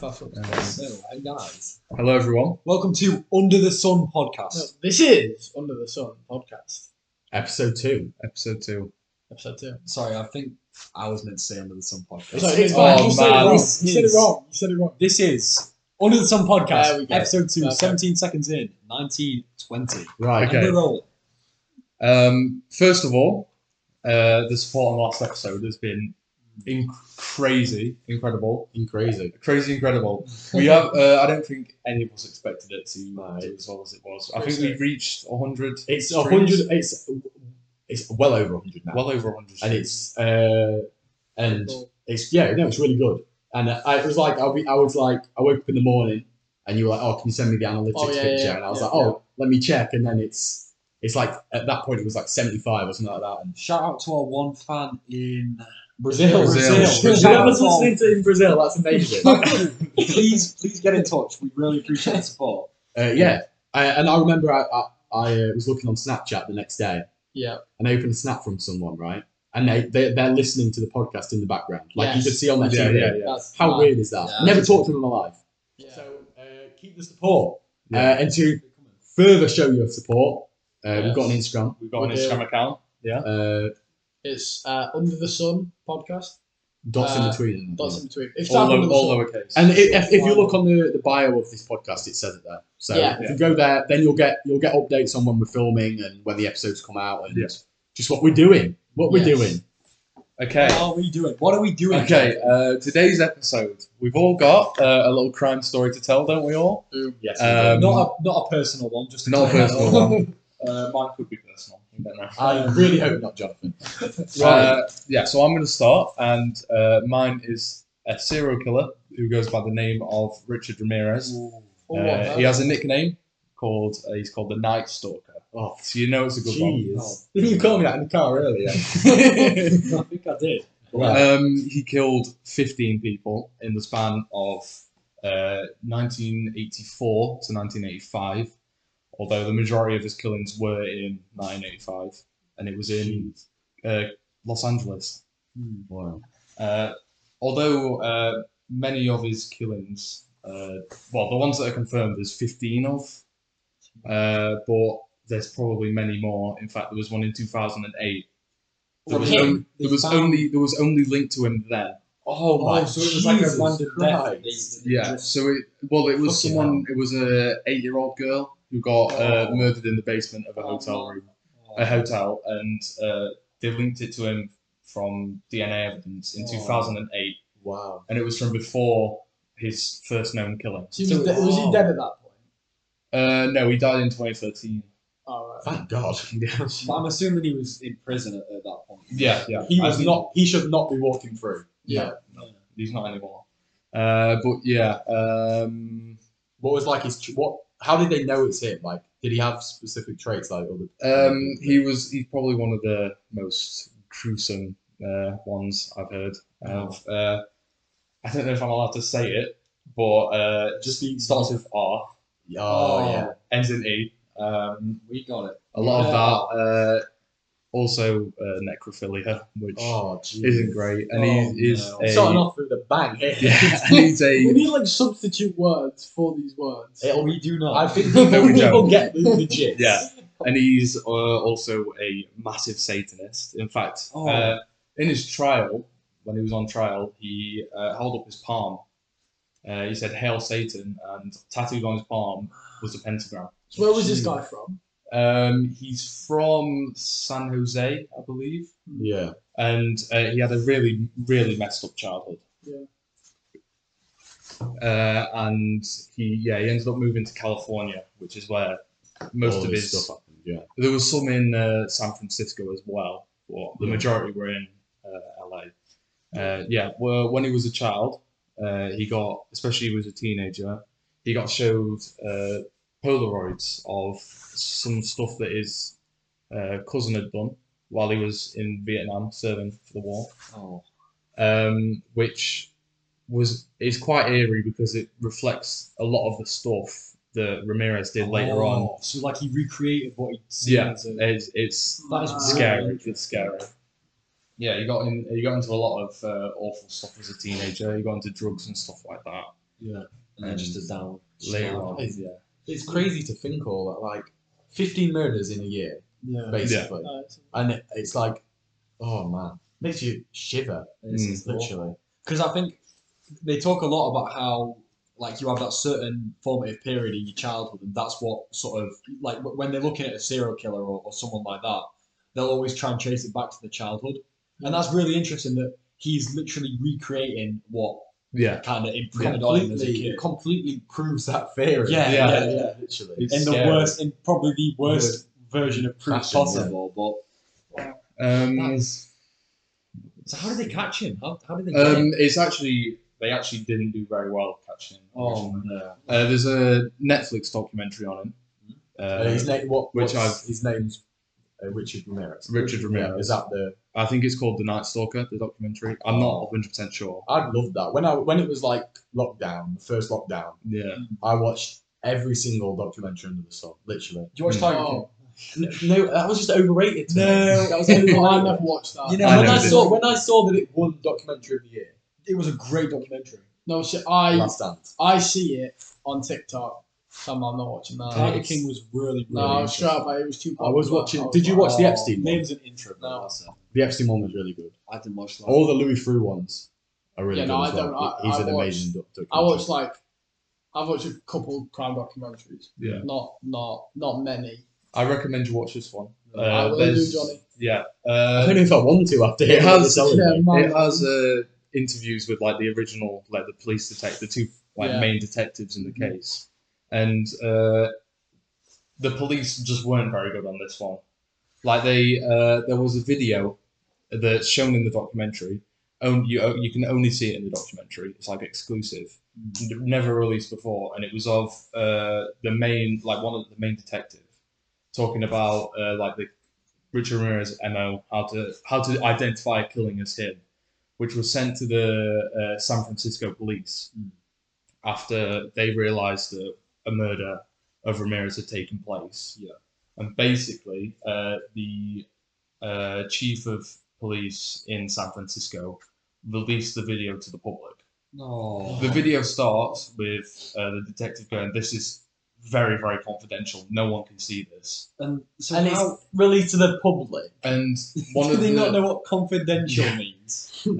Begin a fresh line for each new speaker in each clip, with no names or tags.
Perfect.
Um,
so, hey guys,
Hello, everyone.
welcome to Under the Sun podcast.
No, this is Under the Sun podcast,
Episode two.
Episode two.
episode two.
Sorry, I think I was meant to say Under the Sun podcast.
Sorry, it's
oh,
fine. You said it
man.
wrong. You said it wrong. You said it wrong.
This is Under the Sun
There
podcast,
we go.
episode 2,
Okay.
17 seconds in, 1920.
Right.
Okay.
And we're rolling.
Um, first of all, uh, the support on the last episode has been in- crazy, incredible,
In crazy.
crazy, incredible. We have. Uh, I don't think any of us expected it to do as well as it was. I think we reached hundred.
It's a
Streams.
hundred. It's it's well over a hundred now,
Well over hundred.
and it's uh, and
Cool.
it's yeah, no, it's really good. And uh, I, it was like I, I was like I woke up in the morning and you were like, oh, can you send me the analytics
Oh, yeah,
picture?
yeah,
and I was
yeah,
like, oh, let me check. And then it's it's like at that point it was like seventy five or something like that. And
Shout out to our one fan in
Brazil,
Brazil.
Brazil.
Brazil.
Whoever's listening to in Brazil, that's amazing. uh,
please, please get in touch. We really appreciate the support.
yeah, I, and I remember I I, I uh, was looking on Snapchat the next day.
Yeah.
and they open a snap from someone, right? And they, they they're listening to the podcast in the background, like
Yes.
you could see on their
Yeah,
TV.
yeah, yeah.
That's
How
fine.
weird is that?
Yeah,
Never
that's
talked to them in my life.
Yeah.
So uh, keep the support,
Yeah.
uh, and to further show your support, uh,
Yes.
we've got an Instagram.
We've got an
We'll do.
Instagram account. Yeah.
Uh,
It's uh, Under the Sun podcast.
dots
Uh,
in between.
Dots in between. If
All,
type Under
low,
the
all
Sun-
lowercase.
and i- if, if you look on the, the bio of this podcast, it says it there. So
Yeah.
if you go there, then you'll get you'll get updates on when we're filming and when the episodes come out and
Yeah.
just what we're doing, what we're
Yes.
doing.
okay.
What are we doing? What are we doing?
Okay, uh, today's episode, we've all got uh, a little crime story to tell, don't we all?
Boom.
Yes,
Um,
not, a, not a personal one, just
It's not a personal
general
one. Uh, mine could be personal. I don't know.
I really hope not, Jonathan.
Uh, yeah, so I'm going to start, and uh, mine is a serial killer who goes by the name of Richard Ramirez.
Oh,
Uh,
wow.
he has a nickname called uh, he's called the Night Stalker.
Oh,
So you know it's a good
Jeez. You called me that in the car earlier.
I think I did.
one. Um, he killed 15 people in the span of uh, 1984 to 1985, although the majority of his killings were in 1985, and it was in uh, Los Angeles.
Wow.
Uh, although uh, many of his killings, uh, well, the ones that are confirmed, there's 15 of, uh, but there's probably many more. In fact, there was one in 2008. There was,
Okay.
on- there was only there was only linked to him then.
Oh,
Oh,
my
so it was like a
Jesus
random death. that
Christ.
they-
Yeah. So it well, it was
Fucking
someone. It was a eight-year-old girl who got uh,
Oh.
murdered in the basement of a
Oh,
hotel
no.
room,
Oh.
a hotel, and uh, they linked it to him from DNA evidence in
Oh.
2008.
Wow.
and it was from before his first known killing.
So he was, dead- was he dead at that point?
Uh, no, he died in 2013.
All right.
Thank God.
But I'm assuming he was in prison at, at that point.
Yeah, yeah.
He
I
was
think-
not. He should not be walking through.
Yeah.
He's not anymore. Uh, but yeah, um,
What was like his? tr- What? How did they know it's him? Like, did he have specific traits like oh, other?
um, he was. He's probably one of the most gruesome uh, ones I've heard. Of.
Oh.
Uh, I don't know if I'm allowed to say it, but uh,
just be
it starts with R,
Oh, yeah.
ends in E. Um,
We got it.
a lot of that. Uh, also uh, necrophilia, which
Oh, jeez.
isn't great, and
Oh,
he is
no.
a.
starting off with a bang. here.
Yeah, and he's
We
a
need like substitute words for these words.
It'll be-
We do not.
I think people,
we don't.
people get the, the gist.
Yeah. and he's uh, also a massive Satanist. In fact,
Oh.
uh, in his trial, when he was on trial, he uh, held up his palm. Uh, he said "Hail Satan," and tattooed on his palm was a pentagram.
So where was this guy from?
Um, he's from San Jose, I believe,
Yeah.
and uh, he had a really, really messed up childhood.
Yeah.
Uh, and he, yeah, he ended up moving to California, which is where most
All
of
this
his
stuff happened. Yeah.
There was some in uh, San Francisco as well, but the
Yeah.
majority were in uh, LA. Uh, yeah, well, when he was a child, uh, he got, especially when he was a teenager, he got showed uh, Polaroids of some stuff that his uh, cousin had done while he was in Vietnam serving for the war,
Oh.
um, which was is quite eerie because it reflects a lot of the stuff that Ramirez did later on.
Oh, So like he recreated what he'd seen.
Yeah,
as a-
it's, it's
that is
scary. It's scary. Yeah, you got in. You got into a lot of uh, awful stuff as a teenager. You got into drugs and stuff like that. Yeah.
and then just a down
Later on.
It's,
Yeah.
it's crazy to think all that, like 15 murders in a year,
Yeah.
basically.
No, it's-
And it, it's like, oh man, makes you shiver. It's,
Mm.
it's literally.
because I think they talk a lot about how like you have that certain formative period in your childhood, and that's what sort of like wh- when they're looking at a serial killer or, or someone like that, they'll always try and chase it back to the childhood, and that's really interesting that he's literally recreating what
Yeah.
kind of imprinted on him as a
Completely,
kid.
it completely proves that theory.
Yeah,
Yeah.
yeah, yeah.
literally.
It's
In
scary.
the worst, in probably the worst version of proof
Fashion, yeah.
possible.
Um,
That But so, how did they catch him? How, how did they get him?
um, it's actually they actually didn't do very well catching. him.
no!
Uh, there's a Netflix documentary on him.
Uh, his
Uh,
name, what,
which
what's-
I've-
his name's uh, Richard Ramirez.
Richard
Yeah,
Ramirez.
is that the?
I think it's called The Night Stalker, the documentary. I'm not 100 percent sure.
I'd love that. When I when it was like lockdown, the first lockdown,
Yeah.
I watched every single documentary under the sun, literally.
Do you watch
Mm.
Tiger King?
Oh,
N- No, that was just overrated. To
No.
me. that was
I
overrated.
never watched that.
You know,
I
when I
never did.
saw when I saw that it won documentary of the year,
it was a great documentary.
No shit. I
Last Dance.
I see it on TikTok. Some I'm not watching that.
Tiger King was really, really
no, I was straight
interesting.
up. like, It was too.
I was
popular.
watching-
I was
did you
like,
watch the
oh.
Epstein one?
Name's an intro.
No.
that's it.
The Epstein one was really good.
I didn't watch that.
All the Louis Frew ones are really
Yeah,
good.
no,
as
I
well.
don't- I-
He's
I
an
watched-
amazing doc-
I watched
documentary.
like I've watched a couple crime documentaries.
Yeah.
Not not not many.
I recommend you watch this one. Uh,
I will
there's-
do, Johnny.
Yeah.
I don't
Uh,
know if I want to after
It
hearing what
has-
you're telling
Yeah,
me.
man.
it has uh, interviews with like the original, like the police detective, the two like
Yeah.
main detectives in the case, and uh, the police just weren't very good on this one. Like they, uh, there was a video that's shown in the documentary. Only, you, you can only see it in the documentary. It's like exclusive, N- never released before, and it was of uh, the main, like one of the main detective, talking about uh, like the Richard Ramirez MO, how to how to identify a killing as him, which was sent to the uh, San Francisco police
Mm.
after they realized that a murder of Ramirez had taken place.
Yeah.
And basically, uh, the uh, chief of police in San Francisco released the video to the public.
No.
The video starts with uh, the detective going, "This is very, very confidential. No one can see this."
and so
and
how
it's released to the public.
And one
do
of
they
the,
not know what confidential
Yeah.
means?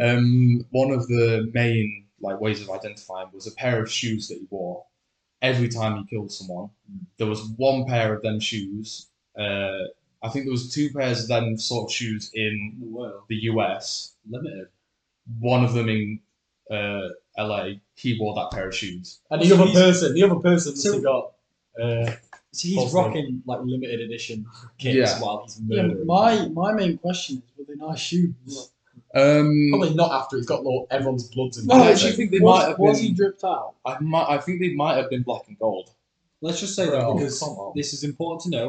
um, one of the main like ways of identifying was a pair of shoes that he wore every time he killed someone. There was one pair of them shoes. Uh, I think there was two pairs of them sort of shoes in
the world
the US.
limited.
One of them in uh, LA. He wore that pair of shoes.
And the
So
other
he's-
person, the other person must
So-
have got. Uh,
So he's
False
rocking like limited edition kits
Yeah.
while he's
Yeah,
murdering.
my my main question is were they nice shoes?
Um,
probably not after it's got lo- everyone's bloods and
No, I
blood.
actually think they
was,
might have
was
been-
he dripped out?
I might. I think they might have been black and gold.
Let's just say that
Bro,
because
oh, come on.
this is important to know.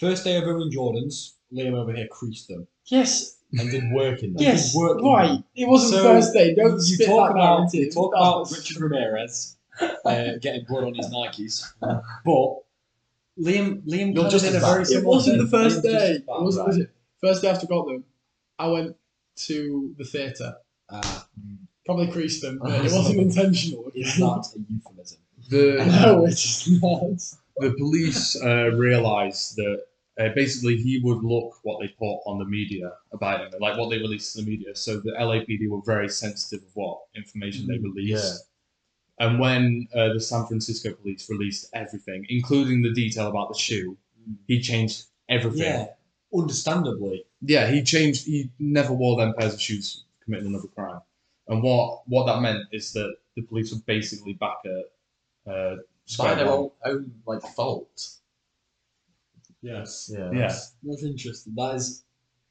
First day of Owen Jordan's, Liam over here creased them.
Yes,
and did work in that.
yes,
work in
right. It wasn't
So,
first day. Don't
you
spit
talk
that
about
narrative.
you talk
That
about
was-
Richard Ramirez uh, getting blood on his Nikes, but Liam Liam
Not
kind
just
of did
as
a very
bad.
It
similar
wasn't
thing.
the first
Liam just
day.
as
It
bad.
was,
right.
was it? First day after I got them, I went to the theatre.
Ah,
Probably creased them, but it wasn't intentional. okay?
is that a euphemism? Um,
The
no, it's just not.
the police uh, realized that uh, basically he would look what they put on the media about him, like what they released to the media. So the LAPD were very sensitive of what information they released. And when uh, the San Francisco police released everything, including the detail about the shoe, he changed everything.
Yeah, understandably.
Yeah, he changed. He never wore them pairs of shoes, committing another crime. And what what that meant is that the police were basically back at uh,
by
square
their
one.
own, own like fault.
Yes,
Yeah.
Yeah.
that's interesting. That is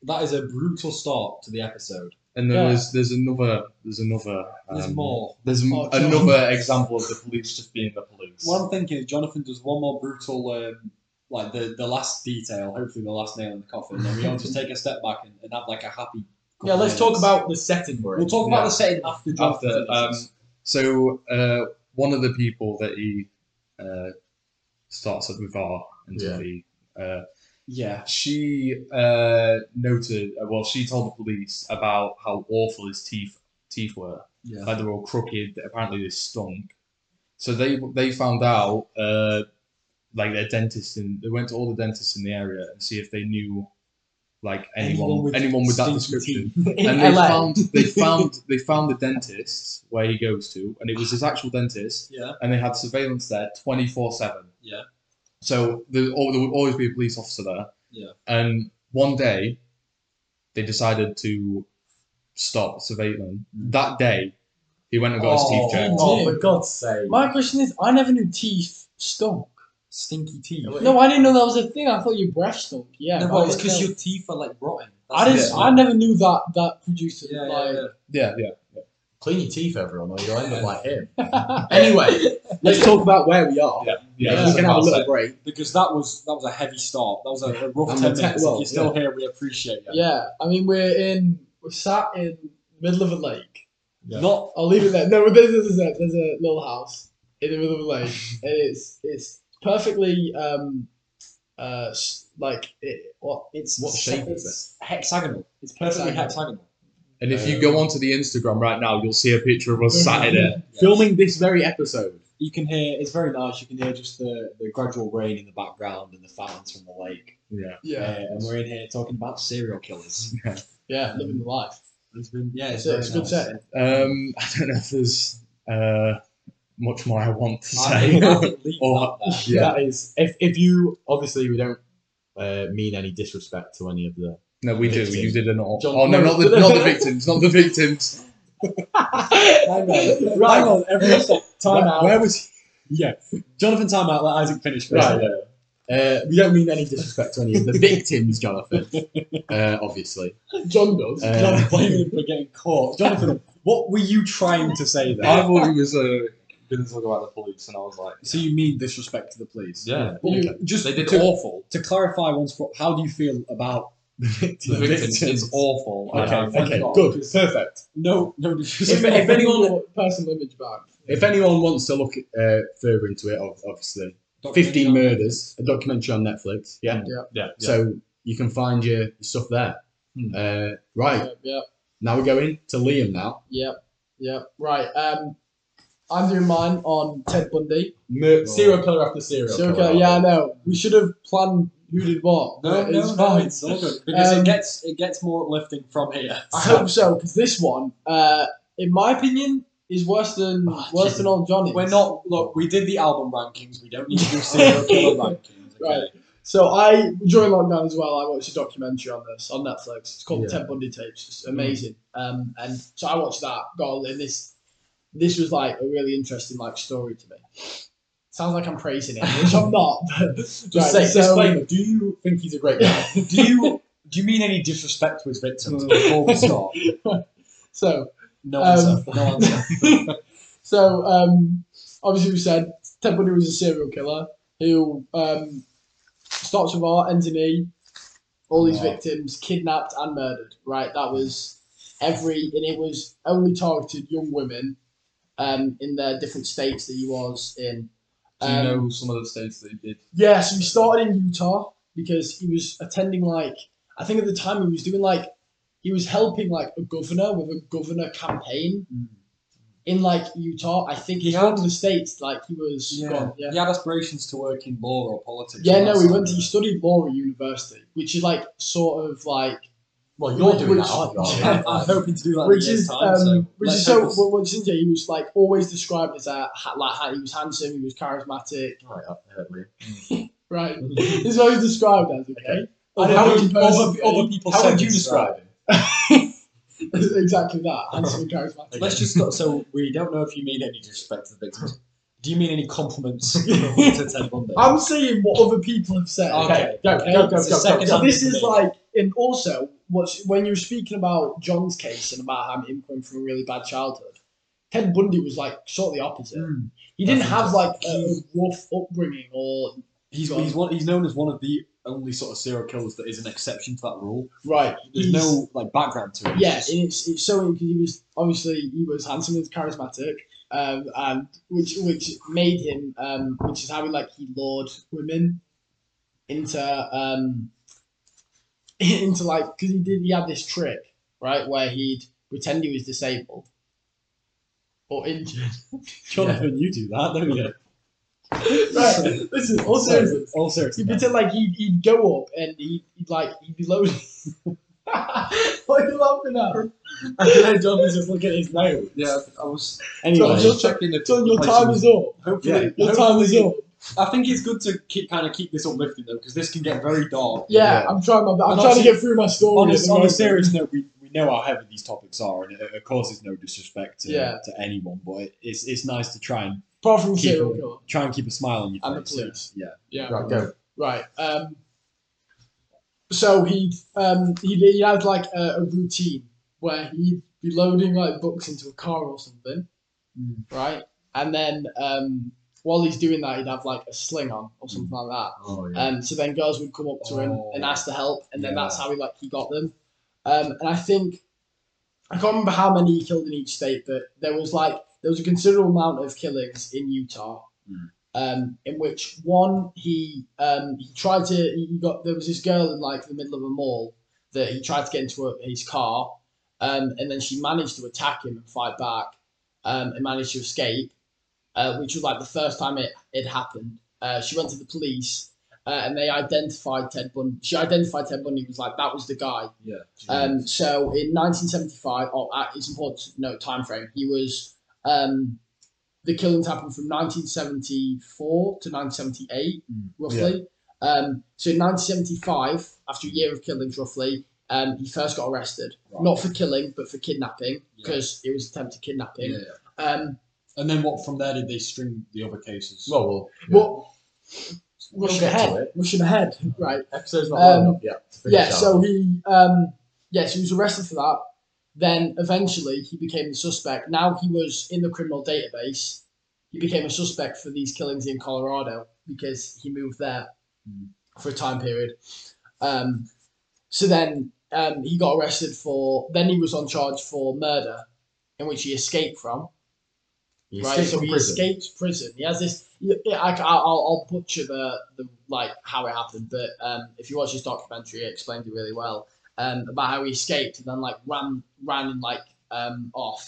that is a brutal start to the episode.
And there
Yeah.
was there's another there's another
There's
um,
more.
There's m-
Oh, John.
another example of the police just being the police.
What I'm thinking is Jonathan does one more brutal, um, like the the last detail, hopefully the last nail in the coffin, and then we all just take a step back and, and have like a happy.
Yeah,
couple
let's talk
minutes.
about the setting we're in.
We'll talk about
Yeah.
the setting after Jonathan.
After, um,
finishes.
so uh, one of the people that he uh, starts up with R and
Yeah.
Tiffy, uh,
yeah,
she uh, noted uh, well she told the police about how awful his teeth teeth were
Yeah.
like they were all crooked. Apparently they stunk. So they they found out uh, like their dentist and they went to all the dentists in the area and see if they knew like anyone anyone with,
stinky
that description.
teeth. In
And they
LA.
found they found they found the dentist where he goes to, and it was his actual dentist,
Yeah.
and they had surveillance there twenty four seven.
Yeah.
So there, al- there would always be a police officer there.
Yeah.
And one day, they decided to stop surveilling.
Mm.
That day, he went and
Oh.
got his teeth checked.
Oh, for God's sake.
My question is, I never knew teeth stunk.
Stinky teeth.
Yeah,
No,
but-
No, I didn't know that was a thing. I thought you.
breath stunk. Yeah.
well, it's because your teeth are like rotten.
I didn't.
That's
I never knew that that producer.
it. Yeah, yeah,
like,
yeah.
Yeah, yeah.
Clean your teeth, everyone, or you'll end up like him. anyway,
Let's talk about where we are.
Yeah,
we can have a little break.
Because that was that was a heavy start. That was a, a rough
I'm
ten
a tech-
minutes.
well,
if you're still here, we appreciate you.
Yeah. I mean, we're in. We're sat in the middle of a lake.
Yeah.
Not
I'll leave it there. No, but there's, there's, a, there's a little house in the middle of a lake, and it's it's perfectly um uh s- like it what it's
What shape is
it's hexagonal. It's perfectly
Hexagonal.
hexagonal.
And if you go onto the Instagram right now, you'll see a picture of us sat in it.
Yes.
Filming this very episode.
You can hear. It's very nice. You can hear just the, the gradual rain in the background and the fountains from the lake.
Yeah.
Uh,
Yeah,
and we're in here talking about serial killers.
yeah, living the life.
It's been yeah, it's,
It's a- it's a
very
good
nice.
setting.
Um, I don't know if there's uh, much more I want to
I think- I
say.
think leave
Or-
that there.
yeah.
That is, if, if you, obviously, we don't uh, mean any disrespect to any of the.
No, we do. You did an.
John-
oh no, not the not the victims, not the victims.
Hang on, right. Hang on, everyone stop. Time
Where-
out.
Where was he?
Yeah. Jonathan, time out. Let Isaac finish first.
Right. Uh, we don't mean any disrespect to any of the victims, Jonathan. Uh, obviously.
John does.
Uh,
Jonathan blaming him for getting caught. Jonathan, what were you trying to say
I
there?
thought he was uh, going to talk about the police, and I was like,
So you mean disrespect to the police?
yeah,
Well,
Okay.
Just
they did
to,
awful.
to clarify once for how do you feel about the
The
victims?
victims, it's awful.
Okay,
And I-
thank
Okay,
God.
good. Perfect.
No, no
if,
disrespect.
if anyone personal image back,
If anyone wants to look uh, further into it, ob- obviously,
Doctor
15
John-
Murders, a documentary on Netflix. Yeah.
yeah, yeah.
So you can find your stuff there.
Hmm.
Uh, right.
yeah, yeah,
Now we're going to Liam now.
yeah, yeah. Right. Um, I'm doing mine on Ted Bundy.
Mur- serial killer after serial,
So okay, yeah, I know. We should have planned who did what.
No,
but
no, no,
it's fine.
it's all good because it
Um,
gets it gets more uplifting from here.
I hope so because this one, uh, in my opinion, is worse than
Ah,
Oh,
worse
gee.
than old Johnny.
We're not look. We did the album rankings. We don't need to do serial killer rankings. Okay?
Right. So I during lockdown as well, I watched a documentary on this on Netflix. It's called
Yeah. Mm.
Ted Bundy Tapes. It's amazing. Um, and so I watched that. God, and this this was like a really interesting like story to me. Sounds like I'm praising it, which I'm not. but-
Just
Right,
say,
so-
disclaimer, do you think he's a great guy?
Do you do you mean any disrespect to his victims before we start?
so
No
Um,
answer. No answer.
So um, obviously we said Ted Bundy was a serial killer who um, starts with R, ends in E. All these
Wow.
victims kidnapped and murdered. Right, that was every, and it was only targeted young women um, in their different states that he was in.
do you
Um,
know some of the states they did?
yeah, so he started in Utah because he was attending like I think at the time he was doing like he was helping like a governor with a governor campaign
Mm.
in like Utah. I think
He
he's
had-
one of the states like he was
Yeah.
gone. Yeah,
He had aspirations to work in law or politics.
yeah
or
no,
that
he
side
went
of
to he
it.
studied law at university, which is like sort of like
Well, you're doing
Which-
that, aren't you?
Yeah.
Ollie?
I'm, I'm hoping to do that
which
in a year's
is
time.
um,
so
which
let's
is so
hope it's-
well, which is he was like always described as a ha- like ha- he was handsome, he was charismatic,
Right, that hurt me.
right? He's always described as okay.
Other
How would
people-
you
other-
personally-
other people
How
said
would you
this, right?
describe him?
exactly that, handsome and charismatic.
Let's just go, so we don't know if you mean any disrespect to the victims. Do you mean any compliments to Ted Bundy?
I'm saying what other people have said.
Okay,
go,
okay.
go,
It's
go,
the
go,
second
So
time
this
for
is
me.
like, and also, what's when you were speaking about John's case and about him coming from a really bad childhood, Ted Bundy was like sort of the opposite.
Mm.
He didn't
That's
have like a rough upbringing or
He's
God.
he's one, he's known as one of the only sort of serial killers that is an exception to that rule.
right.
There's
he's-
no like background to it. It's
Yeah,
just-
and it's it's so because he was obviously he was handsome and charismatic, um, and which which made him um, which is how he like he lured women into um, into like because he did he had this trick right where he'd pretend he was disabled, or injured.
Jonathan, you do that, don't you?
right, listen, all
Sorry,
seriousness.
all serious.
You pretend like he'd, he'd go up and he'd, he'd like he'd be loaded. what are you laughing at?
And then Jonathan's just looking at his note.
Yeah, I was I
Anyway,
was just checking the
John, your time is up.
Hopefully,
Your time
hopefully-
is up.
I think it's good to keep kind of keep this uplifting though, because this can get very dark.
Yeah, I'm trying my.
And
I'm trying to
obviously-
get through my story.
On a,
at the
on a
moment.
serious note, we, we know how heavy these topics are, and it, it causes no disrespect to,
Yeah.
to anyone. But it, it's it's nice to try and
apart from
keep
serial
it.
killer.
try and keep a smile on your
And the
face.
police.
Yeah,
Yeah.
Right, go.
Right. Um, so he'd um, he'd, he'd have like a, a routine where he'd be loading like books into a car or something,
Mm.
right? And then um, while he's doing that, he'd have like a sling on or something like
Oh,
that. Um, so then girls would come up to him and
Oh.
ask to help, and then
Yeah.
that's how he like he got them. Um, and I think I can't remember how many he killed in each state, but there was like there was a considerable amount of killings in Utah,
Mm.
um, in which one he um, he tried to he he got there was this girl in like the middle of a mall that he tried to get into a, his car, um, and then she managed to attack him and fight back, um, and managed to escape, uh, which was like the first time it it happened. Uh, she went to the police. Uh, and they identified Ted Bundy. She identified Ted Bundy was like that was the guy.
yeah.
Um, so in 1975, oh, uh, it's important to note time frame. He was um, the killings happened from 1974 to 1978,
Mm,
roughly. Um, so in 1975, after a year of killings, roughly, um, he first got arrested,
Right.
not for killing, but for kidnapping,
Yeah.
because it was attempted kidnapping.
Yeah,
Um,
And then what from there did they string the other cases?
Well, well,
well,
We'll
rushing
get to
ahead, rushing ahead, right?
episode's not
Um,
long enough yet. to finish
yeah,
out.
so he um yes, he was arrested for that. Then eventually he became the suspect. Now he was in the criminal database. He became a suspect for these killings in Colorado because he moved there
Mm.
for a time period. Um, so then um, he got arrested for. Then he was on charge for murder, in which he escaped from.
He
right,
escaped
so
from
he
prison.
escaped prison. He has this. yeah, I, will I'll butcher the, the like how it happened, but um, if you watch this documentary, it explains it really well um, about how he escaped and then like ran ran and like um, off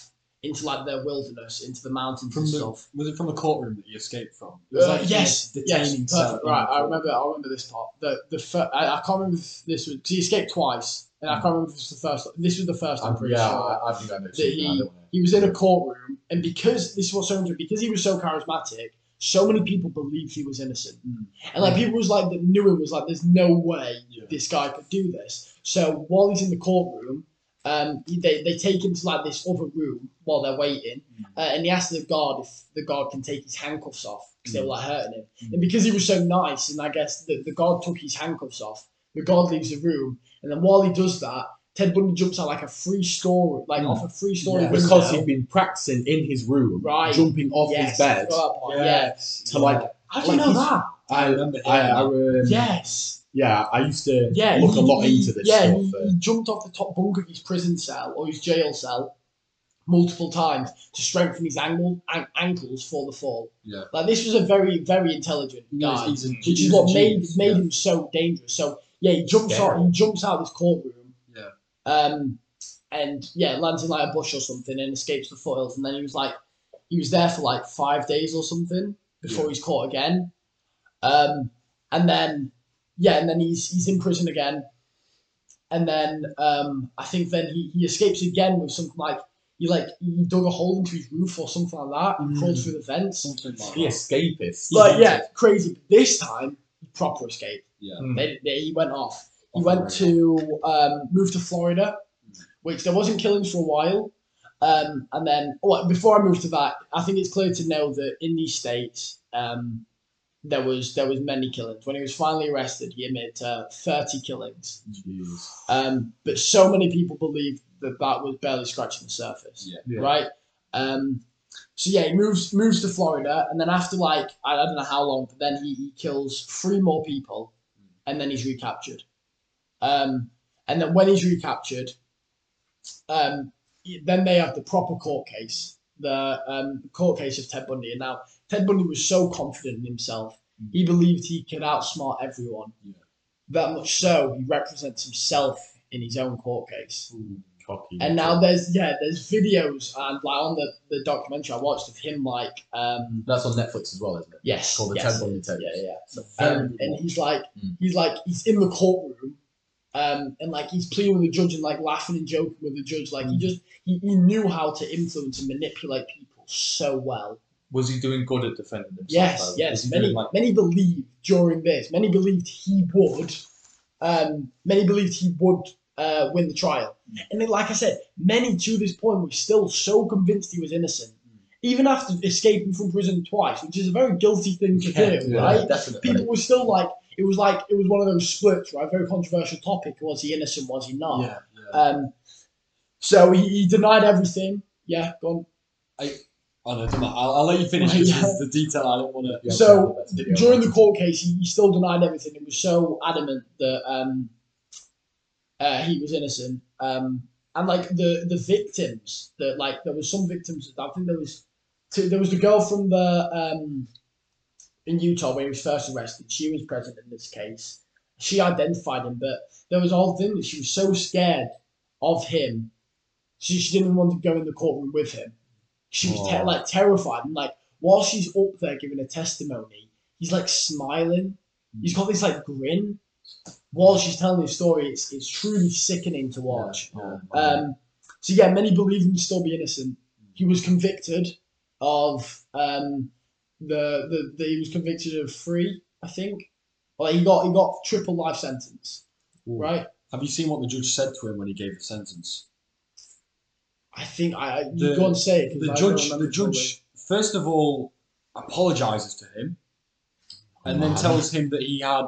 into like the wilderness, into the mountains
From
and
the-
stuff.
was it from a courtroom that he escaped from? It was
Uh,
like in
yes,
a
yes,
detaining cell
perfect.
in
Right,
the
I
court.
remember. I remember this part. The the fir- I, I can't remember if this was. 'cause He escaped twice, and I
Mm.
can't remember if this was the first. This was the first. I'm
Um,
I'm,
pretty
yeah,
sure
I, I think I know.
that
too, but I
he
don't wanna-
he was in a courtroom, and because this was so interesting, because he was so charismatic, so many people believed he was innocent,
Hmm.
Mm.
and like people was like that knew him was like, there's no way
Yeah.
this guy could do this. So while he's in the courtroom, um, he- they they take him to like this other room while they're waiting,
Hmm.
Mm.
uh, and he asked the guard if the guard can take his handcuffs off because
Hmm.
they were like hurting him,
Mm.
and because he was so nice, and I guess the, the guard took his handcuffs off. The guard leaves the room, and then while he does that. Ted Bundy jumps out like a free story, like
Mm.
off a free story
Yeah.
because he'd been practicing in his room,
Right.
jumping off his bed
Yeah.
to like.
How do
Like,
you know
he's-
that?
I
I,
remember
I,
hearing
I,
that.
um,
yes.
yeah, I used to
Yeah.
look
he-
a lot
he-
into this
yeah,
stuff.
He,
uh,
he jumped off the top bunk of his prison cell or his jail cell multiple times to strengthen his angle, an- ankles for the fall.
Yeah.
Like this was a very, very intelligent guy,
He's- he's a-
which
he's
is
a
what made
genius,
made
yeah.
him so dangerous. So yeah, he jumps out.
Scary.
He jumps out of this courtroom.
Yeah.
Um, and yeah, lands in like a bush or something and escapes the foils. And then he was like, he was there for like five days or something before he's caught again. Um, and then yeah, and then he's he's in prison again. And then um, I think then he, he escapes again with something like he like he dug a hole into his roof or something like that and crawled
Mm.
through the vents.
Something like
the
that.
escapist.
Like yeah, crazy. But this time he proper escaped.
Yeah.
Mm.
They, they, he went off. He
Off
went
the
to um, moved to Florida, which there wasn't killings for a while. Um, and then, oh, before I move to that, I think it's clear to know that in these states, um, there was there was many killings. When he was finally arrested, he admitted to thirty killings.
Jeez.
Um, but so many people believed that that was barely scratching the surface
Yeah.
Yeah.
right? Um, so yeah, he moves moves to Florida, and then after like I, I don't know how long, but then he, he kills three more people, and then he's recaptured. Um, and then when he's recaptured, um, he- then they have the proper court case, the um, court case of Ted Bundy. And now Ted Bundy was so confident in himself,
Mm.
he believed he could outsmart everyone.
Yeah.
Mm.
That much so, he represents himself in his own court case.
fucking.
And now there's yeah, there's videos and like on the, the documentary I watched of him like um
that's on Netflix as well, isn't it?
yes,
Called the
yes,
Ted Bundy Tapes.
yeah yeah
Very
um,
good
and
one.
he's like
Mm.
he's like he's in the courtroom um, and like he's pleading with the judge and like laughing and joking with the judge like he just he, he knew how to influence and manipulate people so well
Was he doing good at defending himself?
yes
though? Was
yes
he
many
doing, like,
many believed during this many believed he would um, many believed he would uh, win the trial
Mm.
and then, like i said many to this point were still so convinced he was innocent
Mm.
even after escaping from prison twice which is a very guilty thing to
Yeah,
do
yeah.
right
definitely.
people were still like it was like it was one of those splits right very controversial topic was he innocent was he not
yeah, yeah.
um so he, he denied everything yeah gone
Oh, no, it doesn't matter. I'll, I'll let you finish because
Yeah.
the detail I don't want to.
Yeah,
so
that's the video.
during the court case he, he still denied everything and was so adamant that um uh, he was innocent um and like the the victims that like there was some victims i think there was two, there was the girl from the um in utah when he was first arrested she was present in this case she identified him but there was a whole thing that she was so scared of him she, she didn't want to go in the courtroom with him she was
Aw.
te- like terrified and like while she's up there giving a testimony he's like smiling he's got this like grin while she's telling his story it's, it's truly sickening to watch um, so yeah many believe him to still be innocent he was convicted of um, the, the, the he was convicted of three i think like he got he got triple life sentence
Ooh.
right
Have you seen what the judge said to him when he gave the sentence?
I think I I-
The-
you go and say it. 'cause
The
I don't
judge,
remember
the judge, first of all, apologizes to him, and then
Wow.
tells him that he had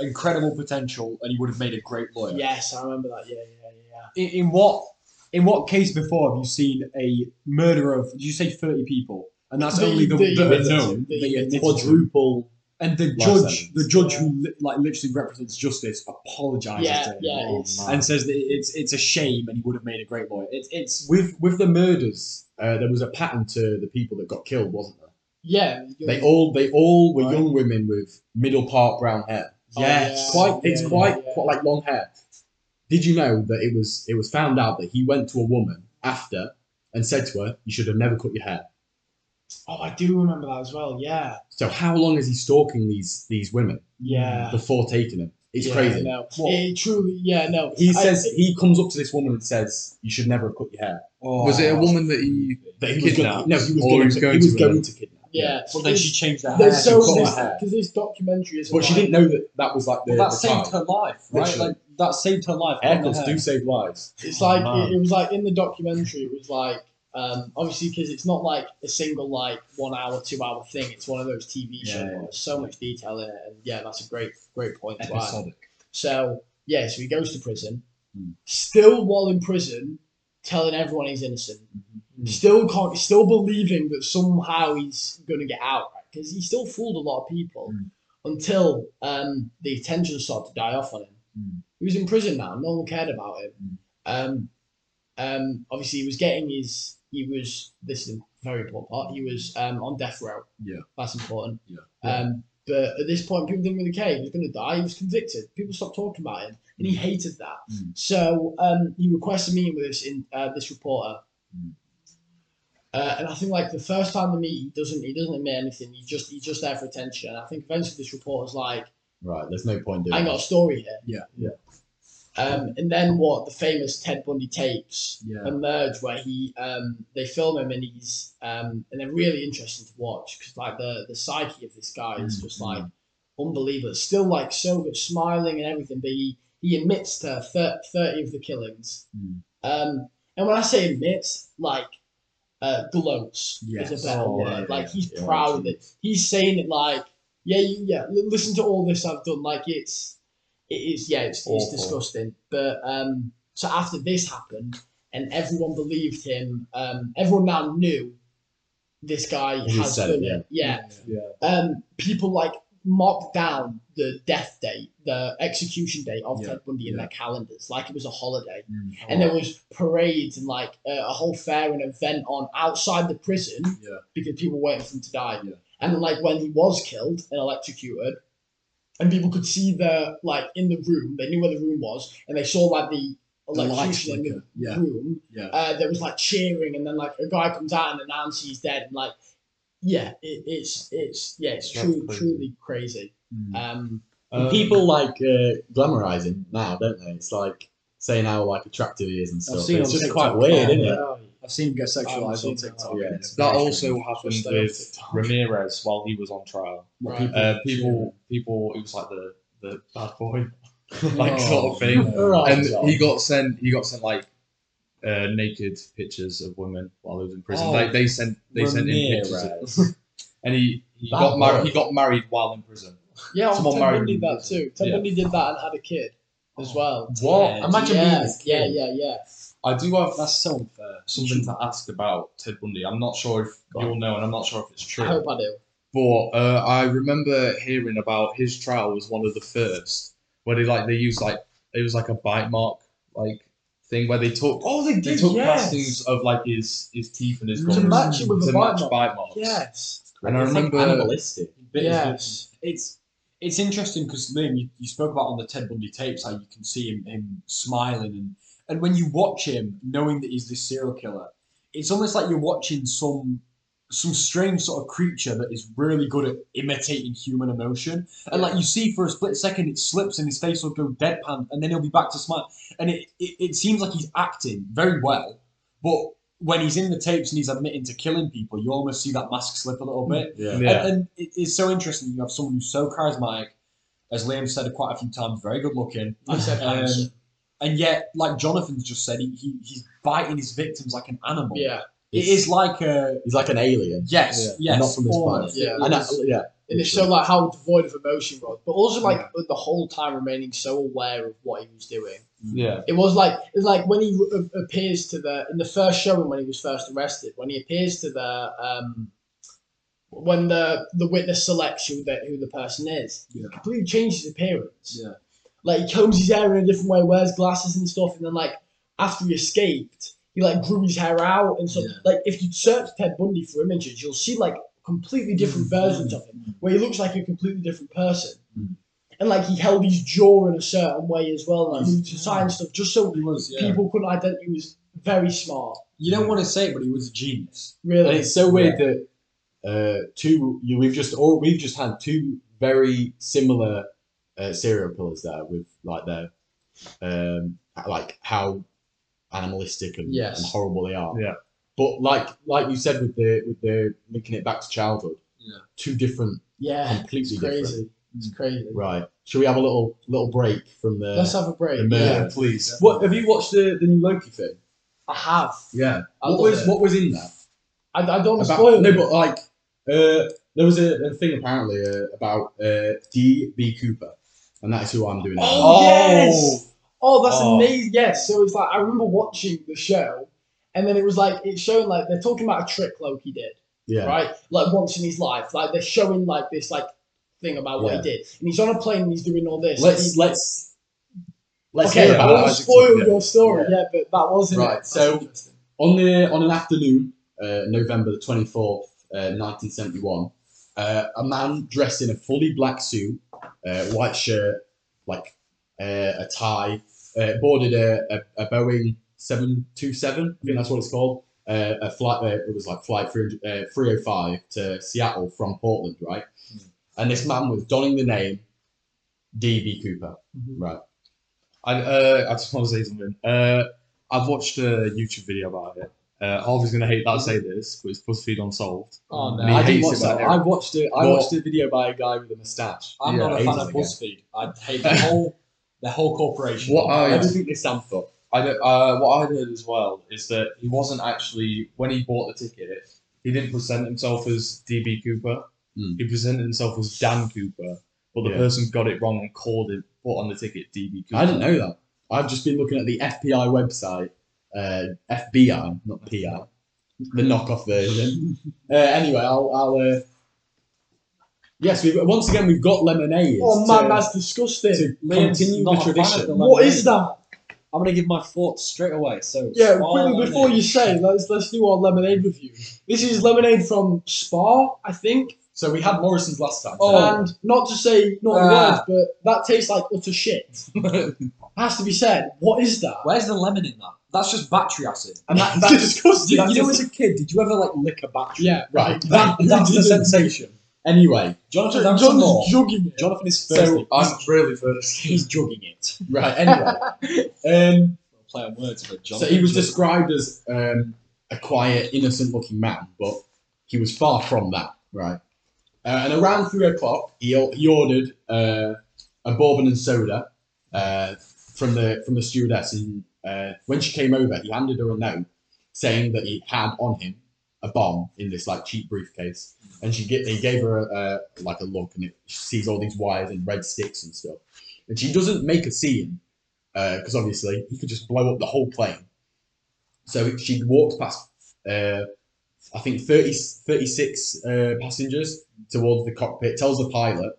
incredible potential and he would have made a great lawyer.
fully. Yes, I remember that. Yeah, yeah, yeah.
In, in what in what case before have you seen a murder of? Did you say thirty people? And that's
The-
only the,
the-
that are
the-
known.
the-
that he admitted to.
quadruple.
and the
sentence.
judge, the judge who li- like literally represents justice, apologizes
Yeah,
to him.
yeah.
Oh,
it's-
and says that it's it's a shame and he would have made a great lawyer. It's it's
With with the murders, uh, there was a pattern to the people that got killed, wasn't there?
yeah. you-
They all they all were
Right.
young women with middle part brown hair.
Oh,
yes.
yeah,
Quite it's
yeah,
quite,
yeah.
quite like long hair. Did you know that it was it was found out that he went to a woman after and said to her, "You should have never cut your hair."
Oh, I do remember that as well. Yeah,
So how long is he stalking these these women
yeah.
before taking them? It's
Yeah,
crazy.
No,
Mm. What?
it truly. Yeah, no.
He
I-
says he comes up to this woman and says, "You should never have cut your hair."
oh,
Was it a woman that he?
That he was
Kidnapped.
going, no, he was
Or
going,
he was
to,
going
he was
to
going
another.
to kidnap.
yeah.
But then she changed her hair.
There's so
she cut her hair.
because this documentary is.
But she didn't know that that was like the,
Well, that
the
saved
time.
her life, right?
Literally.
Like that saved her life. cutting her
Haircuts
hair.
do save lives.
It's
Oh,
like
man.
it, it was like in the documentary. It was like um, obviously because it's not like a single like one hour, two hour thing. It's one of those TV
Yeah,
shows.
yeah.
where There's so much detail in it, and yeah, that's a great, great point. to add.
Episodic.
So yeah, so he goes to prison.
Hmm.
Still, while in prison, telling everyone he's innocent.
Hmm.
Still can't. Still believing that somehow he's gonna get out, right? Because he still fooled a lot of people
Hmm.
until um, the attention started to die off on him.
Hmm.
He was in prison now. No one cared about him. Um, um, obviously, he was getting his. He was. This is a very important part. He was um, on death row.
Yeah.
that's important.
Yeah.
Um, but at this point, people didn't really care. He was going to die. He was convicted. People stopped talking about him, and he hated that.
Mm.
So um, he requested a meeting with this in uh, this reporter.
Mm.
Uh, and I think like the first time they meet, he doesn't he doesn't admit anything. He just he's just there for attention. And I think eventually this reporter's like,
Right, there's no point doing
I
that.
got a story here.
Yeah,
Um, and then what the famous Ted Bundy tapes
Yeah.
emerge, where he um, they film him and he's um, and they're really interesting to watch because like the the psyche of this guy is just
Mm-hmm.
like unbelievable. Still like so good, smiling and everything, but he he admits to thir- thirty of the killings.
Mm.
Um, and when I say admits, like uh, gloats is
Yes.
a better
Oh,
word.
yeah,
like
yeah,
he's
yeah.
proud of it. He's saying it like, yeah, you- yeah. li- Listen to all this I've done. Like it's, it is. Yeah, it's, it's
Awful.
disgusting. But um, so after this happened, and everyone believed him. Um, everyone now knew this guy
He
has
said
done
it,
it. Yeah.
Yeah.
Um, people like marked down the death date, the execution date of
Yeah,
Ted Bundy in
yeah.
their calendars, like it was a holiday
Mm.
and there was parades and like a a whole fair and event on outside the prison
Yeah.
because people were waiting for him to die.
Yeah.
And then like when he was killed and electrocuted, and people could see the like in the room, they knew where the room was, and they saw like the
The lights
electrocuted in
flicker.
the
Oh, Yeah,
room
yeah.
uh, there was like cheering, and then like a guy comes out and announces he's dead, and like, yeah, it, it's it's yeah, it's
That's
true,
crazy.
truly crazy.
Mm.
Um,
And
Um,
people like uh, glamorize him now, don't they? It's like saying how like attractive he is and stuff.
seen
It's
on
just
TikTok.
quite weird, isn't it?
yeah.
I've seen him get
I've
sexualized
seen
on
that,
TikTok.
yeah.
and it's
that
very
also
strange.
happened
Just stay on
with
TikTok.
Ramirez while he was on trial.
Right.
People-
Uh, people, people, it was like the, the bad boy, like
Oh,
sort of thing.
no.
Right.
and he got sent he got sent like uh, naked pictures of women while he was in prison.
Oh,
like they sent they sent him pictures, of,
Ramirez.
and he, he
That
got married.
boy.
He got married while in prison.
Yeah, well,
Someone
Ted
married
Bundy did
him.
that too. Ted
Yeah.
Bundy did that and had a kid as well.
What?
Oh. Imagine
yeah,
being his kid.
yeah, yeah, yeah.
I do have
That's so unfair.
something to ask about Ted Bundy. I'm not sure if
Go on.
you'll know, and I'm not sure if it's
I
true.
hope I do.
But uh, I remember hearing about his trial was one of the first where they like they used like it was like a bite mark like thing where they took
Oh, they
they took castings of like his his teeth and his
to
gums
match it with
to
a bite
match
mark.
bite marks.
Yes,
And I
It's like
remember
animalistic.
Bit-
yes.
It's it's interesting because Liam, you, you spoke about on the Ted Bundy tapes how you can see him, him smiling and and when you watch him, knowing that he's this serial killer, it's almost like you're watching some some strange sort of creature that is really good at imitating human emotion. And like you see for a split second, it slips and his face will go deadpan, and then he'll be back to smile. And it, it, it seems like he's acting very well, but when he's in the tapes and he's admitting to killing people, you almost see that mask slip a little bit.
Yeah.
Yeah.
And, and it, it's so interesting. You have someone who's so charismatic, as Liam said quite a few times, very good looking.
I said
Um,
handsome.
And yet, like Jonathan's just said, he, he, he's biting his victims like an animal.
Yeah,
It is like a.
He's like an alien.
Yes, yes.
Not from this
almost.
planet.
yeah.
And that, yeah.
And it's so
Literally.
like how devoid of emotion was, but also like the whole time remaining so aware of what he was doing.
Yeah.
It was like it's like when he a- appears to the in the first showing when he was first arrested, when he appears to the um, when the the witness selects who the who the person is,
Yeah.
he completely changes his appearance.
Yeah.
Like he combs his hair in a different way, wears glasses and stuff, and then like after he escaped, he like grew his hair out and stuff.
Yeah.
Like if you search Ted Bundy for images, you'll see like completely
Mm.
different versions of him, where he looks like a completely different person.
Mm.
And like he held his jaw in a certain way as well, like moved his eye and stuff, just so
He was, yeah.
people couldn't identify. He was very smart,
You don't want to say it, but he was a genius.
And
really.
it's so weird that uh, two you, we've just or we've just had two very similar uh, serial killers there with like their um, like how animalistic and,
Yes.
and horrible they are.
Yeah.
But like like you said with the with the linking it back to childhood.
Yeah.
Two different,
Yeah,
completely
it's crazy.
different. Mm.
It's crazy.
Right. Should we have a little little break from the?
Let's have a break.
The murder.
Yeah.
Yeah.
please.
What have you watched the, the new Loki film?
I have.
Yeah.
I
What
love
was
it.
what was in that?
I, I don't want to
about,
spoil
no,
it.
but like uh, there was a, a thing apparently uh, about uh, D. B. Cooper, and that is who I'm doing. now.
Oh, yes! Oh, that's
Oh.
amazing. Yes. So it's like I remember watching the show, and then it was like it's showing like they're talking about a trick Loki did,
yeah,
right? Like once in his life, like they're showing like this like thing about what he
Yeah.
did, and he's on a plane and he's doing all this.
Let's let's let's
okay,
hear
I
about
won't
it.
spoil
Yeah.
your story. Yeah, but that wasn't
Right, so- on the on an afternoon, uh, November the twenty fourth, uh, nineteen seventy one. Uh, a man dressed in a fully black suit, uh, white shirt, like uh, a tie, uh, boarded a, a, a Boeing seven two seven. I think that's what it's called. Uh, a flight. Uh, it was like flight three hundred five to Seattle from Portland, right? And this man was donning the name DB Cooper,
Mhm.
right?
I, uh, I just want to say something. Uh, I've watched a YouTube video about it. Uh, Harvey's gonna hate that I say this, but it's BuzzFeed Unsolved.
Oh,
And he
I didn't
hates
watch
it
that.
when
I watched it. I
Well-
watched a video by a guy with a moustache.
I'm
Yeah,
not a fan
ages
of
ago.
BuzzFeed. I hate the whole, the whole corporation.
What I
Everything they stand for.
I don't, uh, what I heard as well is that he wasn't actually when he bought the ticket, he didn't present himself as DB Cooper.
Hmm.
He presented himself as Dan Cooper, but the
Yeah.
person got it wrong and called it put on the ticket DB Cooper.
I didn't know that. I've just been looking at the FBI website, uh, FBI, not PI, the knockoff version. uh, anyway, I'll. I'll uh... Yes, we've, once again we've got lemonade.
Oh
to-
man, that's disgusting.
to
Liam's
continue
not
the
a fan of
tradition.
the
what is that?
I'm gonna give my thoughts straight away. So
Yeah,
Spa
quickly
lemonade.
before you say, let's let's do our lemonade review. This is lemonade from Spa, I think.
So we had Morrison's last time. Uh,
Oh.
And not to say not the
Ah.
word, but that tastes like utter shit. Has to be said. What is that?
Where's the lemon in that? That's just battery acid.
And that, that's
Did,
disgusting.
you know, as a kid, did you ever like lick a battery?
yeah.
right.
That,
Who
that's the
didn't?
sensation.
Anyway,
Jonathan,
John's
that's some more.
jugging it.
Jonathan is thirsty.
so I'm really thirsty.
he's jugging it.
Right. Anyway, um,
Play on words, but
so
Jonathan.
he was
just.
described as um, a quiet, innocent-looking man, but he was far from that. Right. Uh, and around three o'clock, he, o- he ordered uh, a bourbon and soda uh, from the from the stewardess. And uh, when she came over, he handed her a note saying that he had on him a bomb in this like cheap briefcase. And she get, he gave her a, uh, like a look, and it, she sees all these wires and red sticks and stuff. And she doesn't make a scene because uh, obviously he could just blow up the whole plane. So she walked past, uh, I think 30, 36 uh, passengers towards the cockpit, tells the pilot,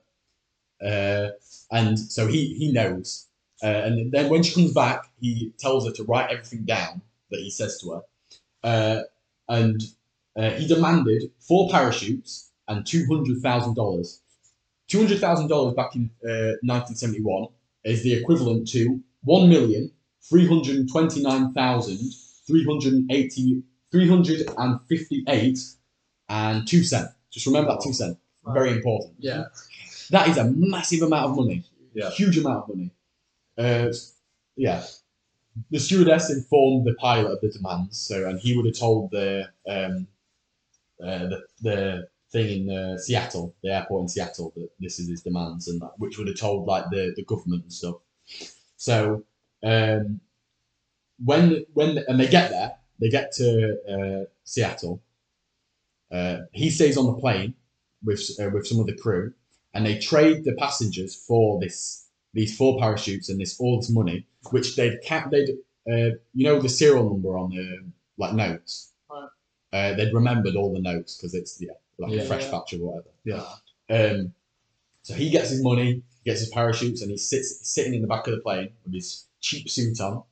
uh, and so he he knows. Uh, and then when she comes back, he tells her to write everything down that he says to her, uh, and uh, he demanded four parachutes and two hundred thousand dollars. Two hundred thousand dollars back in uh, nineteen seventy one is the equivalent to one million three hundred twenty nine thousand three hundred eighty three hundred and fifty eight and two cent. Just remember that two cent. Very important.
Yeah.
That is a massive amount of money.
Yeah.
Huge amount of money. Uh, yeah. The stewardess informed the pilot of the demands, so and he would have told the um, uh, the, the thing in uh, Seattle, the airport in Seattle, that this is his demands, and that, which would have told like the, the government and stuff. So um, when when and they get there, they get to uh, Seattle. Uh, he stays on the plane with uh, with some of the crew, and they trade the passengers for this these four parachutes and this all this money, which they'd cap they'd uh, you know the serial number on the like notes.
Right.
Uh, they'd remembered all the notes because it's yeah like
Yeah.
a fresh batch or whatever.
Yeah.
Um, so he gets his money, gets his parachutes, and he sits sitting in the back of the plane with his cheap suit on.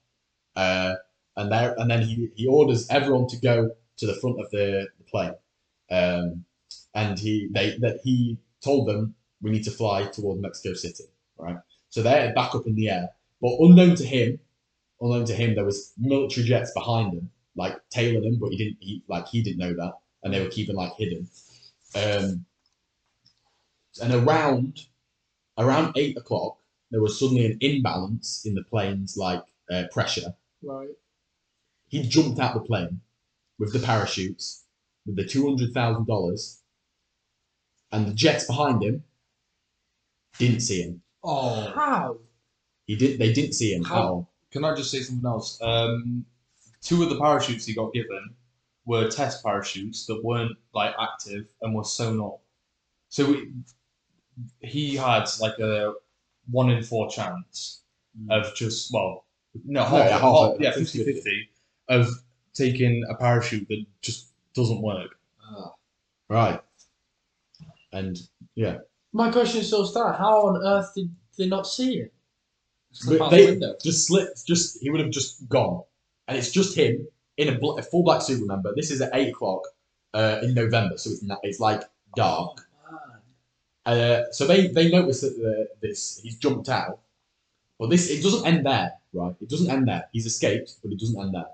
Uh, and there, and then he, he orders everyone to go to the front of the, the plane. Um, and he they that he told them we need to fly toward Mexico City, right? So they're back up in the air, but unknown to him, unknown to him, there was military jets behind them, like tailing him, but he didn't he, like he didn't know that, and they were keeping like hidden. Um, and around around eight o'clock, there was suddenly an imbalance in the plane's like uh, pressure,
Right.
he jumped out the plane with the parachutes, with the two hundred thousand dollars, and the jets behind him didn't see him.
Oh.
How?
He did. They didn't see him Oh,
How-
at all.
Can I just say something else? Um, two of the parachutes he got given were test parachutes that weren't like active and were sewn up. So we, he had like a one in four chance of just well, no, half,
yeah, half
half-
it,
yeah,
50-50.
50-50 of taking a parachute that just doesn't work.
Right. And yeah,
My question is still standing. How on earth did they not see it?
Slip
But
out
they-
the window.
just slipped. Just he would have just gone, and it's just him in a, bl- a full black suit. Remember, this is at eight o'clock uh, in November, so it's na- it's like dark. Uh, so they they notice that the, this he's jumped out, but this it doesn't end there, right? It doesn't end there. He's escaped, but it doesn't end there.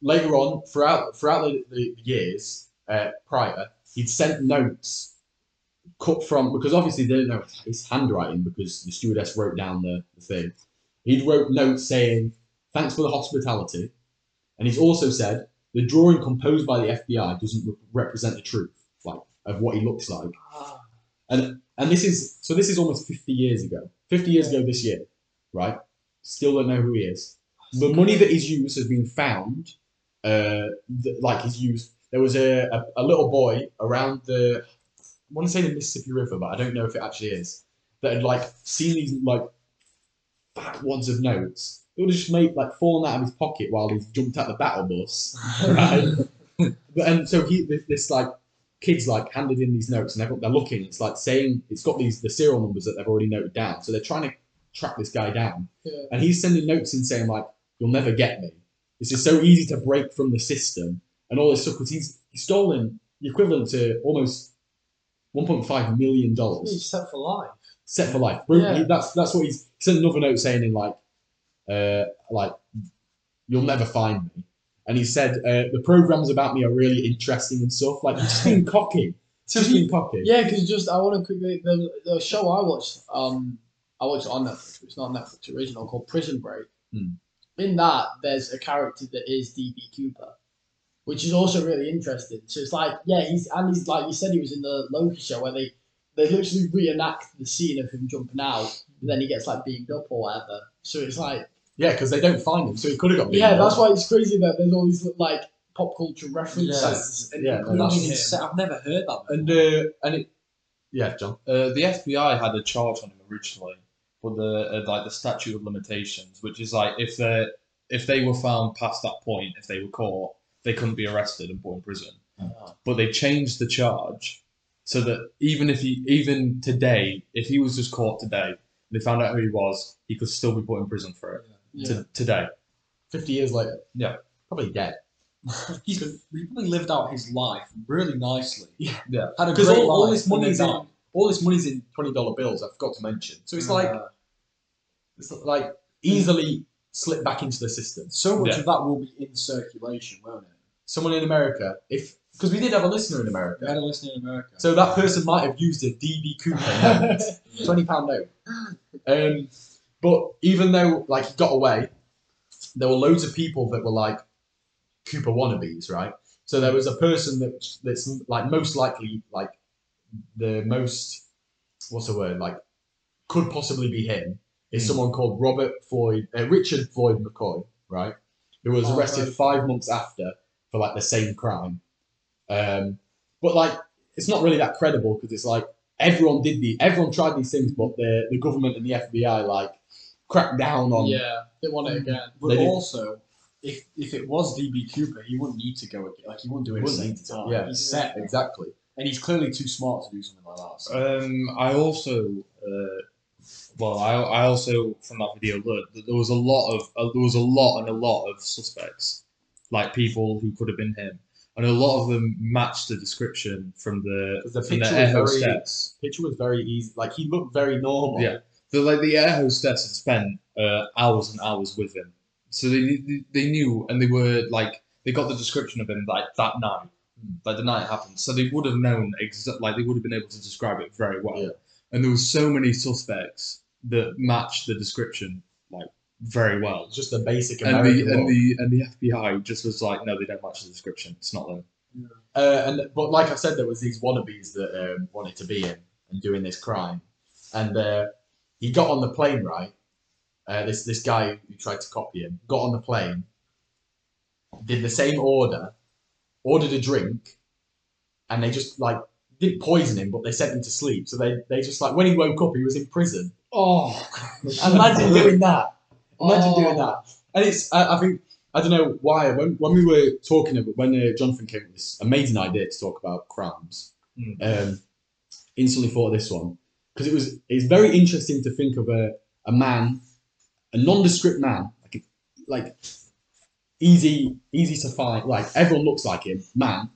Later on, throughout throughout the, the years uh, prior, he'd sent notes cut from because obviously they didn't know his handwriting because the stewardess wrote down the, the thing. He'd wrote notes saying thanks for the hospitality, and he's also said the drawing composed by the FBI doesn't re- represent the truth, like of what he looks like
Ah.
and this is so this is almost 50 years ago 50 years ago this year right still don't know who he is the money that he's used has been found uh th- like he's used there was a, a, a little boy around the i want to say the mississippi river but i don't know if it actually is that had like seen these like fat wads of notes it would have just made like fallen out of his pocket while he's jumped out the battle bus right But- and so he this, this like kids like handed in these notes and everyone, they're looking. It's like saying it's got these the serial numbers that they've already noted down. So they're trying to track this guy down,
Yeah.
and he's sending notes in saying like, "You'll never get me. This is so easy to break from the system and all this stuff." Because he's he's stolen the equivalent to almost $1.5 million
He's set for life.
set for life. Bru-
Yeah.
he- that's that's what he's he sent another note saying in like, uh, like you'll never find me. And he said uh, the programs about me are really interesting and stuff. Like he's just being cocky, He's just being cocky.
Yeah, because just I want to quickly the, the show I watched. Um, I watched it on Netflix. It's not a Netflix original called Prison Break.
Hmm.
In that, there's a character that is DB Cooper, which is also really interesting. So it's like, yeah, he's and he's like you said, he was in the Loki show where they they literally reenact the scene of him jumping out, and then he gets like beamed up or whatever. So it's like,
Yeah, because they don't find him, so he could have got. beaten
yeah,
up.
that's why it's crazy that there's all these like pop culture references. and
Yeah,
That's
including him.
insane. I've never heard that.
And uh, and it, yeah, John.
Uh, the FBI had a charge on him originally for the uh, like the statute of limitations, which is like if they if they were found past that point, if they were caught, they couldn't be arrested and put in prison. But they changed the charge so that even if he even today, if he was just caught today, and they found out who he was, he could still be put in prison for it
Yeah.
to, today.
Fifty years later.
Yeah.
probably dead.
He's he probably lived out his life really nicely.
Yeah.
yeah. Had a
Because
great
all, all this money's
money's
in all this money's in twenty dollar bills. I forgot to mention. So it's
Mm.
like it's like easily slipped back into the system.
so much
Yeah.
of that will be in circulation, won't it?
Someone in America, if because we did have a listener in America.
We had a listener in America.
So that person might have used a DB Cooper note, twenty pound note. Um, but even though like he got away, there were loads of people that were like Cooper wannabes, right? So there was a person that that's like most likely like the most what's the word like could possibly be him is
Hmm.
someone called Robert Floyd uh, Richard Floyd McCoy, right? Who was
Oh,
arrested
right.
five months after for like the same crime. Um, but like it's not really that credible because it's like everyone did the everyone tried these things, but the the government and the FBI like cracked down on.
yeah, they want it again.
but
they did-
also, if if it was DB Cooper, he wouldn't need to go again. Like he wouldn't do it a
Wouldn't
second
need to,
time.
yeah.
He's set,
Exactly.
and he's clearly too smart to do something like that. So.
Um, I also, uh, well, I, I also from that video learned that there was a lot of uh, there was a lot and a lot of suspects, like people who could have been him, and a lot of them matched the description from the
'Cause the
from the
picture
air
was very-
hostess.
Picture was very easy. Like he looked very normal.
Yeah. The like the air hostess had spent uh, hours and hours with him, so they they- they knew and they were like they got the description of him like that night, Hmm. like the night it happened. So they would have known exact like they would have been able to describe it very well.
Yeah.
And there were so many suspects that matched the description like very well.
Just a basic
And
American.
the and
look.
the and the FBI just was like, no, they don't match the description. It's not them.
Uh, and but like I said, there was these wannabes that um, wanted to be him and doing this crime, and uh, he got on the plane. Right, uh, this this guy who tried to copy him got on the plane, did the same order, ordered a drink, and they just like didn't poison him, but they sent him to sleep. So they they just like when he woke up, he was in prison.
Oh,
Imagine doing that. Imagine
Oh.
doing that. And it's, I, I think, I don't know why, when, when we were talking about, when uh, Jonathan came up with this amazing idea to talk about crimes,
Hmm.
Mm.
um, instantly thought of this one. Because it was, it's very interesting to think of a, a man, a nondescript man, like, a- like easy, easy to find, like everyone looks like him, man,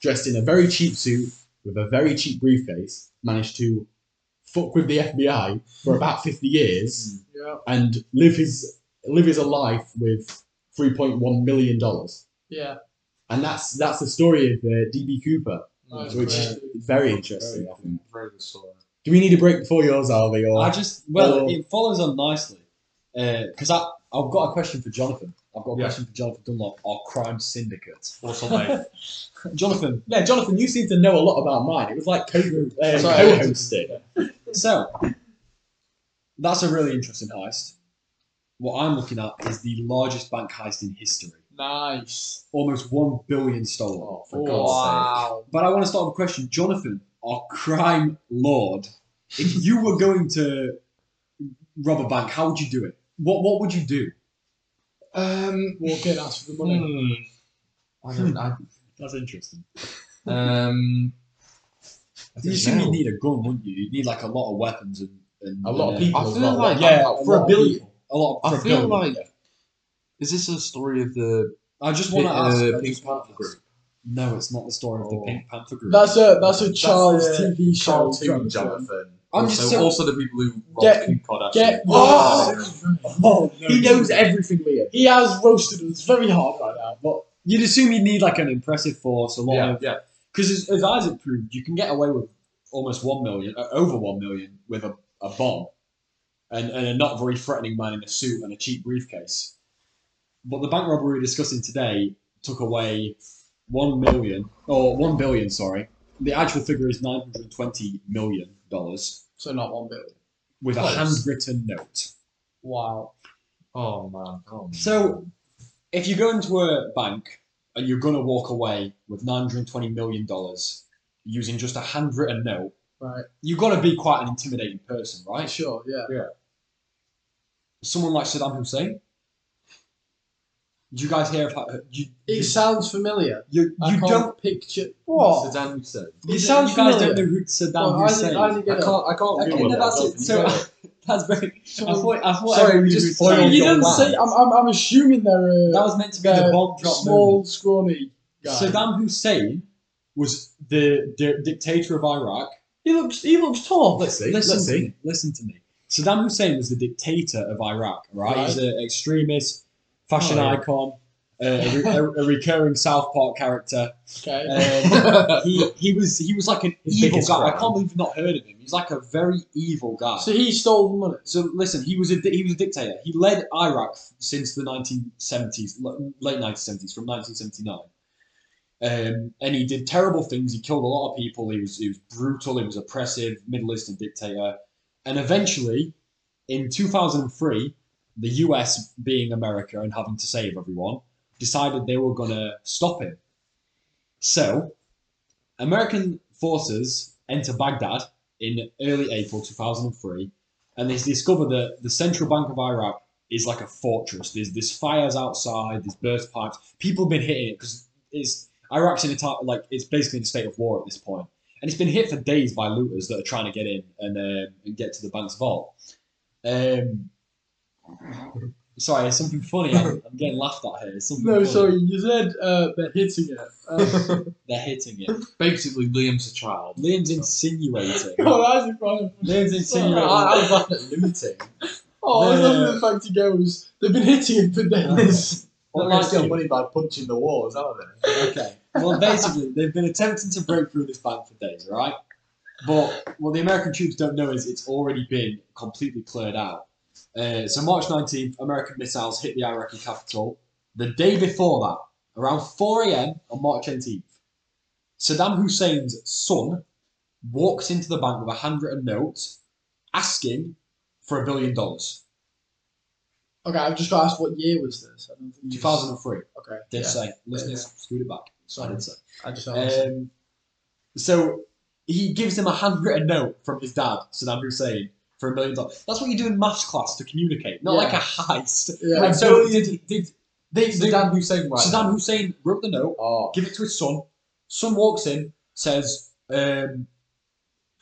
dressed in a very cheap suit with a very cheap briefcase, managed to fuck with the FBI for about 50 years
yeah,
and live his live his life with 3.1 million dollars
yeah.
and that's that's the story of uh, db cooper
That's
which is
great.
very interesting I think.
Very good story.
do we need a break before yours Alvy, or
I just well,
Or-
it follows on nicely because I I've got a question for Jonathan. I've got a
Yeah.
question for Jonathan Dunlop, our crime syndicate.
What's on my
Jonathan,
yeah jonathan you seem to know a lot about mine it was like co- uh,
Sorry.
co-hosting
so that's a really interesting heist. What I'm looking at is the largest bank heist in history,
Nice.
almost one billion stolen.
for
wow.
But I want to start with a question, Jonathan, our crime lord. If you were going to rob a bank, how would you do it? What what would you do?
um.
Walk in, ask for the money.
hmm. I don't. I,
That's interesting.
um. I
You
don't
assume
know.
you'd need a gun, wouldn't you? You'd need like a lot of weapons and, and
a lot
and,
of
uh,
people
I
as
feel
well
like-
yeah, for
a lot
a
of
billion,
people.
a lot.
I
for a
feel
billion.
like is this a story of the
I just want to
uh,
ask. uh, I
Pink
just wanna
Panther
ask-
group? No, it's not the story of the
Oh.
Pink Panther group.
That's a that's a Charles
the
TV show.
Charles TV
Jonathan.
Jonathan.
I'm
also,
just so-
also the people who robbed
Get-
Kim Kardashian.
Get
Oh!
Oh, no,
He knows everything, Liam.
He has roasted us very hard right now, but
You'd assume you'd need like an impressive force, a lot
Yeah,
of yeah. Because as, as Isaac proved, you can get away with almost one million, uh, over one million, with a, a bomb, and, and a not very threatening man in a suit and a cheap briefcase. But the bank robbery we're discussing today took away one million or one billion. Sorry, the actual figure is nine hundred twenty million dollars
so not one bit.
with a
Close.
handwritten note.
Wow.
Oh man. Oh, man.
So, if you go into a bank and you're going to walk away with $920 million using just a handwritten note,
Right.
you've got to be quite an intimidating person, right?
Sure. Yeah.
Someone like Saddam Hussein. Do you guys hear about uh, you?
It
you-
sounds familiar.
you,
I
you
can't
don't.
picture
What?
Saddam Hussein.
You,
It
sound
sounds
you guys
familiar.
don't know who Saddam
Well, I
Hussein.
didn't- I didn't
I
get it.
can't. I can't.
Okay,
Google
no,
it.
that's
I
it.
don't think
So-
you know. that's very. I
Someone-
thought. I thought.
Sorry,
everyone
we
just
just
foiled
foiled
you
your
didn't
plan.
say. I'm, I'm, I'm assuming they're a
That was meant to be the
uh,
bomb drop moment.
small, scrawny guy.
Saddam Hussein was the di- dictator of Iraq.
He looks he looks tall.
Oh, Let's see.
listen,
Let's
to
see.
me, listen to me. Saddam Hussein was the dictator of Iraq, right? He's an extremist, fashion
Oh, yeah.
icon, uh, a, a, re- a recurring South Park character.
okay.
Um, he, he was he was like an
His
evil
biggest
guy. I
crime.
can't believe you've not heard of him. He's like a very evil guy.
so
So,
he stole the money.
listen, he was a di- he was a dictator. He led Iraq f- since the 1970s, l- late 1970s, from 1979. Um, and he did terrible things. He killed a lot of people. He was he was brutal. He was oppressive, Middle Eastern dictator. And eventually, in 2003, the U.S. being America and having to save everyone, decided they were gonna stop him. So, American forces enter Baghdad in early April 2003, and they discover that the central bank of Iraq is like a fortress. There's there's fires outside. There's burst pipes. People have been hitting it because it's Iraq's in a ti like it's basically in a state of war at this point, and it's been hit for days by looters that are trying to get in and um, and get to the bank's vault. Um, sorry, there's something funny. I'm, I'm getting laughed at here. There's something
No,
funny.
sorry, you said uh, they're hitting it. Uh,
They're hitting it.
basically, Liam's a child.
Liam's insinuating.
God, I just found it funny.
Liam's insinuating.
I-
I'm not looting.
Oh, I
Yeah.
love the fact he goes, they've been hitting it for days.
Well,
Well, they
like
steal
you.
money by punching the walls, aren't they?
okay. Well, basically, they've been attempting to break through this bank for days, all right? But what the American troops don't know is it's already been completely cleared out. Uh, so March 19th, American missiles hit the Iraqi capital. The day before that, around 4 a.m. on March 18th, Saddam Hussein's son walked into the bank with a handwritten note asking for a billion dollars.
Okay, I've just asked what year was this? I don't think you-
2003.
Okay.
Did
yeah,
say. Listeners, scoot it back. I
Sorry,
did say.
I just asked.
Um, so he gives him a handwritten note from his dad, Saddam Hussein, for a million dollars. That's what you do in maths class to communicate, not
Yeah.
like a heist.
Yeah.
Like, so did, did they, they-
Saddam Hussein, right?
Saddam Hussein wrote the note,
Oh,
give it to his son. Son walks in, says, um,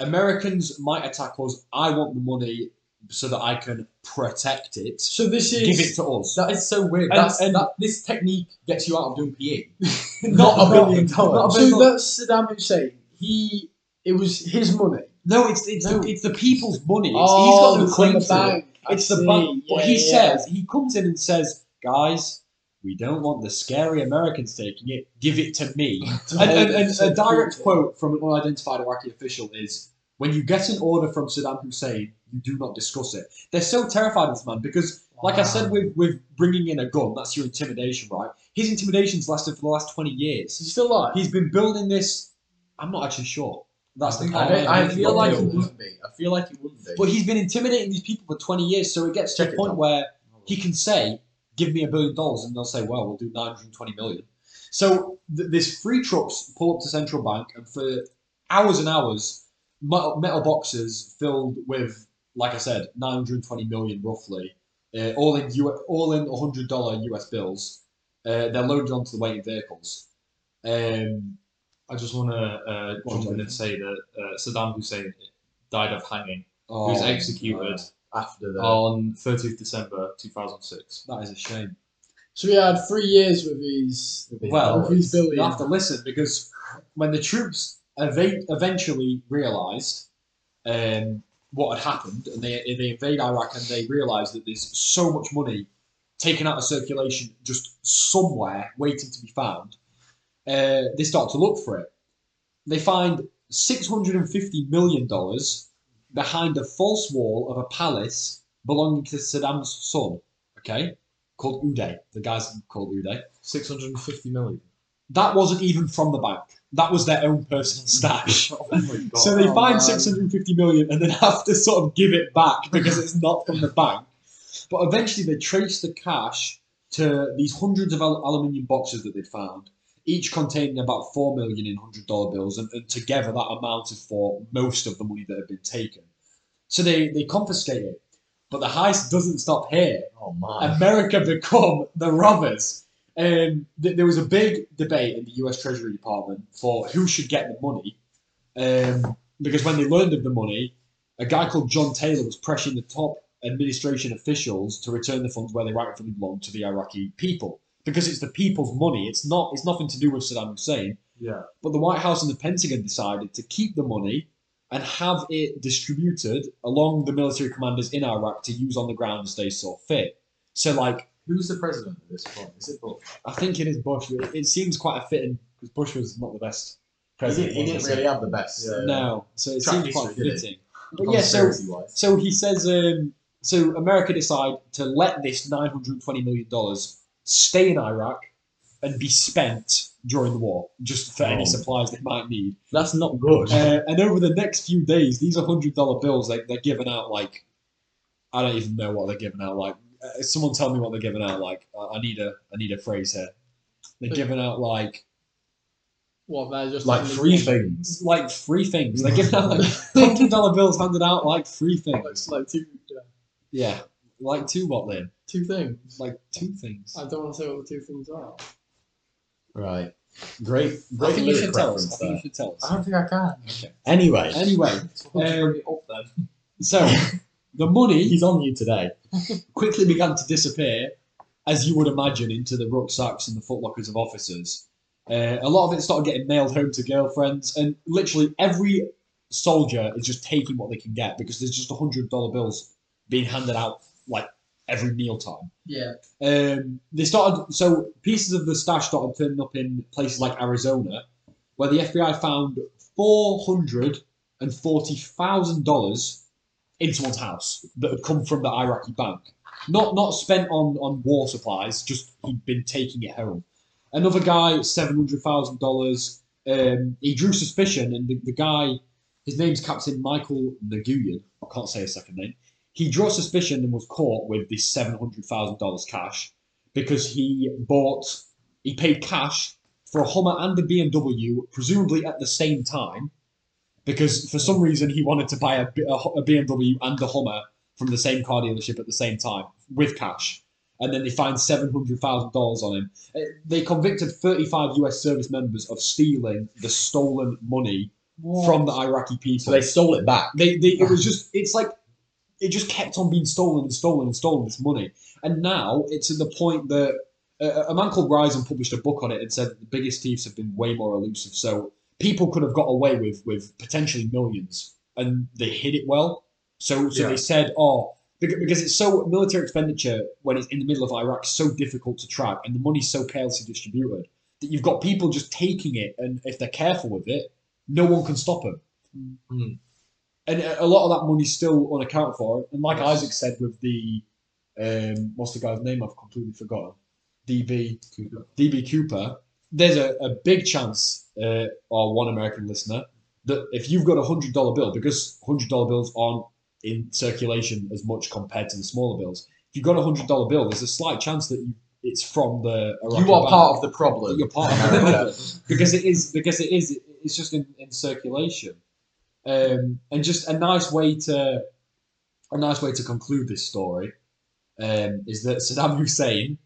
"Americans might attack us. I want the money so that I can protect it.
so this is
Give it to us."
that is so weird.
And-
That's,
and-
that, this technique gets you out of doing PE.
not a billion
dollars.
dollars.
So that's Saddam Hussein. He it was his money.
No, it's it's,
No.
The, it's the people's money. It's,
Oh,
he's got no
the
claim
bank.
to it.
I
It's the
see.
bank. But
Yeah,
he
yeah.
says, he comes in and says, guys, we don't want the scary Americans taking it. Give it to me.
To
and,
hold
and,
it
and
so
a direct
securely.
quote from an unidentified Iraqi official is, when you get an order from Saddam Hussein, you do not discuss it. They're so terrified of this man because, like I said, with, with bringing in a gun, that's your intimidation, right? His intimidation's lasted for the last 20
Is
years.
he still alive?
He's been building this. I'm not actually sure. That's the
I, don't, I feel like it
he
wouldn't be. I feel like it wouldn't be.
but he's been intimidating these people for 20 years, so it gets to
Check
a
it
point
out.
where he can say, give me a billion dollars, and they'll say, well, we'll do 920 million. So th- this three trucks pull up to Central Bank, and for hours and hours, metal, metal boxes filled with, like I said, 920 million roughly, uh, all in U- all in $100 US bills. Uh, they're loaded onto the waiting vehicles. Um,
I just want to uh,
Go on,
jump in
Jonathan.
and say that uh, Saddam Hussein died of hanging.
oh,
he was executed
after the
on 30th December 2006.
That is a shame.
So he had three years with these.
Well,
with these
you
billion.
have to listen because when the troops eva- eventually realised um, what had happened and they, and they invade Iraq and they realised that there's so much money taken out of circulation just somewhere waiting to be found, uh, they start to look for it. They find $650 million behind a false wall of a palace belonging to Saddam's son, okay, called Uday. The guy's called Uday.
650 million.
That wasn't even from the bank. That was their own personal stash. so they
Oh,
find
man.
650 million and then have to sort of give it back because it's not from the bank. But eventually they trace the cash to these hundreds of al- aluminium boxes that they found, each containing about 4 million in $100 bills, and, and together that amounted for most of the money that had been taken. So they, they confiscate it. But the heist doesn't stop here.
Oh man.
America become the robbers. Um, th- there was a big debate in the U.S. Treasury Department for who should get the money, um, because when they learned of the money, a guy called John Taylor was pressuring the top administration officials to return the funds where they rightfully belong to the Iraqi people, because it's the people's money. It's not. It's nothing to do with Saddam Hussein.
Yeah.
But the White House and the Pentagon decided to keep the money and have it distributed along the military commanders in Iraq to use on the ground as they saw fit. So, like,
Who's the president at this point? Is it Bush?
I think it is Bush. It, it seems quite a fitting because Bush was not the best
He
president.
didn't, he
was
didn't
he?
really have the best. uh,
No, so it
Track
seems quite
history, did he?
fitting. But yeah, so
conspiracy-wise.
so he says. Um, so America decide to let this nine hundred twenty million dollars stay in Iraq and be spent during the war, just for
Oh.
any supplies they might need.
that's not good.
Uh, and over the next few days, these are hundred dollar bills. They, they're giving out like I don't even know what they're giving out. Like uh, someone tell me what they're giving out. Like I I need a I need a phrase here. They're giving out like
What they're just
like free things.
like free things. They're giving out like hundred dollar bills handed out like free things.
It's like two, yeah,
Yeah, like two what then?
two things.
Like two things.
I don't want to say what the two things are.
Right. Great.
I
Great
think you
lyric
should tell us.
reference
I think
there.
you should tell
I
us.
don't think I can.
Anyway,
Anyway,
Uh,
um,
Bring it up then.
so the money
he's on you today.
quickly began to disappear, as you would imagine, into the rucksacks and the footlockers of officers. Uh, a lot of it started getting mailed home to girlfriends, and literally every soldier is just taking what they can get because there's just $100 bills being handed out like every mealtime.
Yeah.
Um, they started, so pieces of the stash started turning up in places like Arizona, where the FBI found $440,000 in someone's house that had come from the Iraqi bank not not spent on on war supplies. Just he'd been taking it home. Another guy, seven hundred thousand dollars. Um, he drew suspicion, and the, the guy, his name's Captain Michael Naguyan. I can't say his second name. He drew suspicion and was caught with this seven hundred thousand dollars cash because he bought, he paid cash for a Hummer and a BMW, presumably at the same time, because for some reason he wanted to buy a, B- a Hu- a BMW and a Hummer from the same car dealership at the same time with cash. And then they find seven hundred thousand dollars on him. Uh, They convicted thirty-five U.S. service members of stealing the stolen money from the Iraqi people.
So they stole it back.
They, they, it was just, it's like, it just kept on being stolen and stolen and stolen, this money. And now it's at the point that uh, a man called Risen published a book on it and said that the biggest thieves have been way more elusive. So people could have got away with, with potentially millions and they hid it well. So, so
Yeah.
they said, oh, beca- because it's so military expenditure when it's in the middle of Iraq is so difficult to track and the money's so carelessly distributed that you've got people just taking it and if they're careful with it, no one can stop them and a a lot of that money's still unaccounted for. And like Isaac said, with the um, what's the guy's name? I've completely forgotten. DB Cooper. DB Cooper. There's a, a big chance, uh, or one American listener, that if you've got a hundred dollar bill, because hundred dollar bills aren't in circulation as much compared to the smaller bills, if you've got a hundred dollar bill, there's a slight chance that you, it's from the Iraqi
You are
bank.
part of the problem.
You're part of the
America.
problem. because it is because it is it's just in, in circulation, um, and just a nice way to a nice way to conclude this story um, is that Saddam Hussein,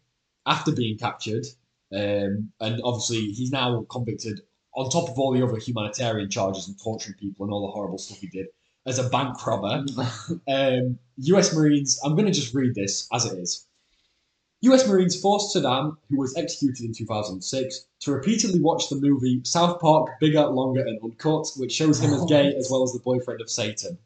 after being captured, um, and obviously he's now convicted on top of all the other humanitarian charges and torturing people and all the horrible stuff he did as a bank robber. um, U.S. Marines. I'm going to just read this as it is. US Marines forced Saddam, who was executed in 2006, to repeatedly watch the movie South Park Bigger, Longer, and Uncut, which shows him as gay as well as the boyfriend of Satan.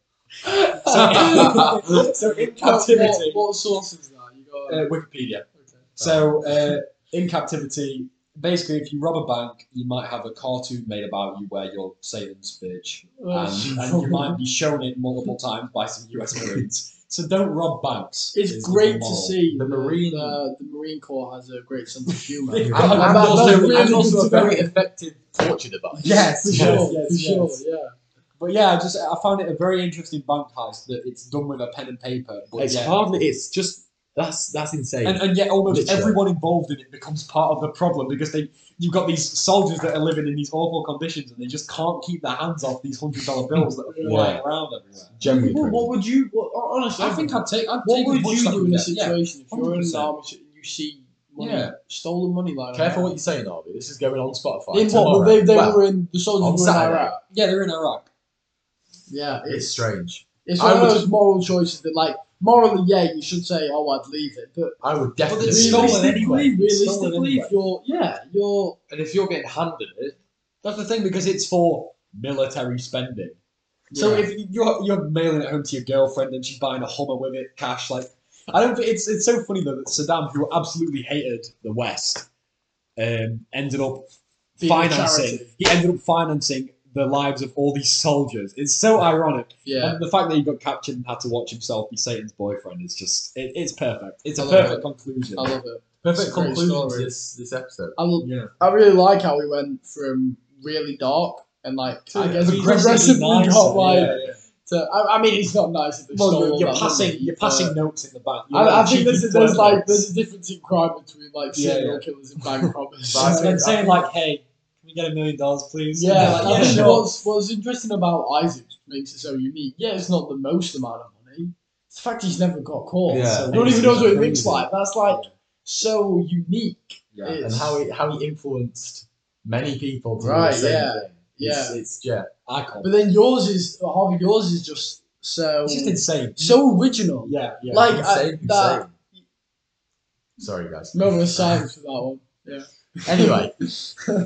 So-
so in
Captivity.
captivity. What, what sources are you got?
uh, Wikipedia.
okay.
So, uh, in captivity, basically, if you rob a bank, you might have a cartoon made about you where you're Satan's bitch, and, and you might be shown it multiple times by some US Marines. So don't rob banks.
It's
is the
great to
moral.
see.
The
that
Marine-
The, the Marine Corps has a great sense of humour.
Yeah.
And,
I'm
and
also
also,
really
and also
into
a very
that.
effective torture device.
Yes,
for
yes,
sure,
yes,
for sure,
yes.
yeah.
But yeah, I just I found it a very interesting bank heist that it's done with a pen and paper. But
It's
yeah.
hardly. It's just that's that's insane.
And, and yet, almost
Literally.
everyone involved in it becomes part of the problem because they you've got these soldiers that are living in these awful conditions and they just can't keep their hands off these hundred dollar bills that are flying around everywhere.
Generally,
Well, what would you? What, honestly,
I think I'd take. I'd
What
take
would
as much
you
stuff
do in a
as I can get.
situation if you're in an
100%.
army and you see money,
Yeah.
stolen money like that?
careful what you're saying, Arby. This is going on Spotify.
In what?
tomorrow.
Well, they they
Well,
were in the soldiers
on
were in
Saturday.
Iraq.
Yeah, they're in Iraq.
Yeah,
It's
it's
strange.
it's
I
one of
would-
those moral choices that like morally, yeah, you should say, oh, I'd leave it, but
I would
it's
definitely.
stolen
realistically,
anyway. It's
realistically,
stolen
if you're yeah, you're
And if you're getting handed it,
That's the thing because it's for military spending. So
Yeah.
if you're you're mailing it home to your girlfriend and she's buying a Hummer with it, cash like I don't think it's it's so funny though that Saddam, who absolutely hated the West, um, ended up
Being a
financing.
charity.
He ended up financing the lives of all these soldiers. It's so ironic,
yeah.
and the fact that he got captured and had to watch himself be Satan's boyfriend is just it, it's perfect. It's
I
a
love
perfect conclusion.
I love it.
perfect
It's a great
conclusion to
story.
this this episode.
I, lo-
Yeah,
I really like how we went from really dark and like I guess
Progressively
progressively
nicer,
got like
yeah, yeah.
to. I, I mean, it's not nice that they
Well,
stole
you're,
all
you're
that
passing
money,
you're
but-
passing notes in the bank. You're
I, I
like
think there's,
cheeky
there's
flirt
like
notes.
there's a difference in crime between like
Yeah,
serial
yeah.
killers and bank robbers.
But I
and
think-
saying like, "Hey, can we get a million dollars, please?"
yeah,
And they're
like,
like,
I
yeah,
think
sure.
what's what's interesting about Isaac makes it so unique. Yeah, it's not the most amount of money. It's the fact he's never got caught.
Yeah.
No one even knows what it looks
Crazy.
like. That's like so unique.
Yeah.
and
It's-
how he how he influenced many people to
Right,
do the same
yeah,
thing.
yeah.
It's, it's yeah.
I can't.
But then yours is Harvey. Yours is just so
It's just insane.
so original.
yeah, yeah.
Like I,
Insane,
that
insane. Sorry, guys.
moment of silence for that one.
anyway,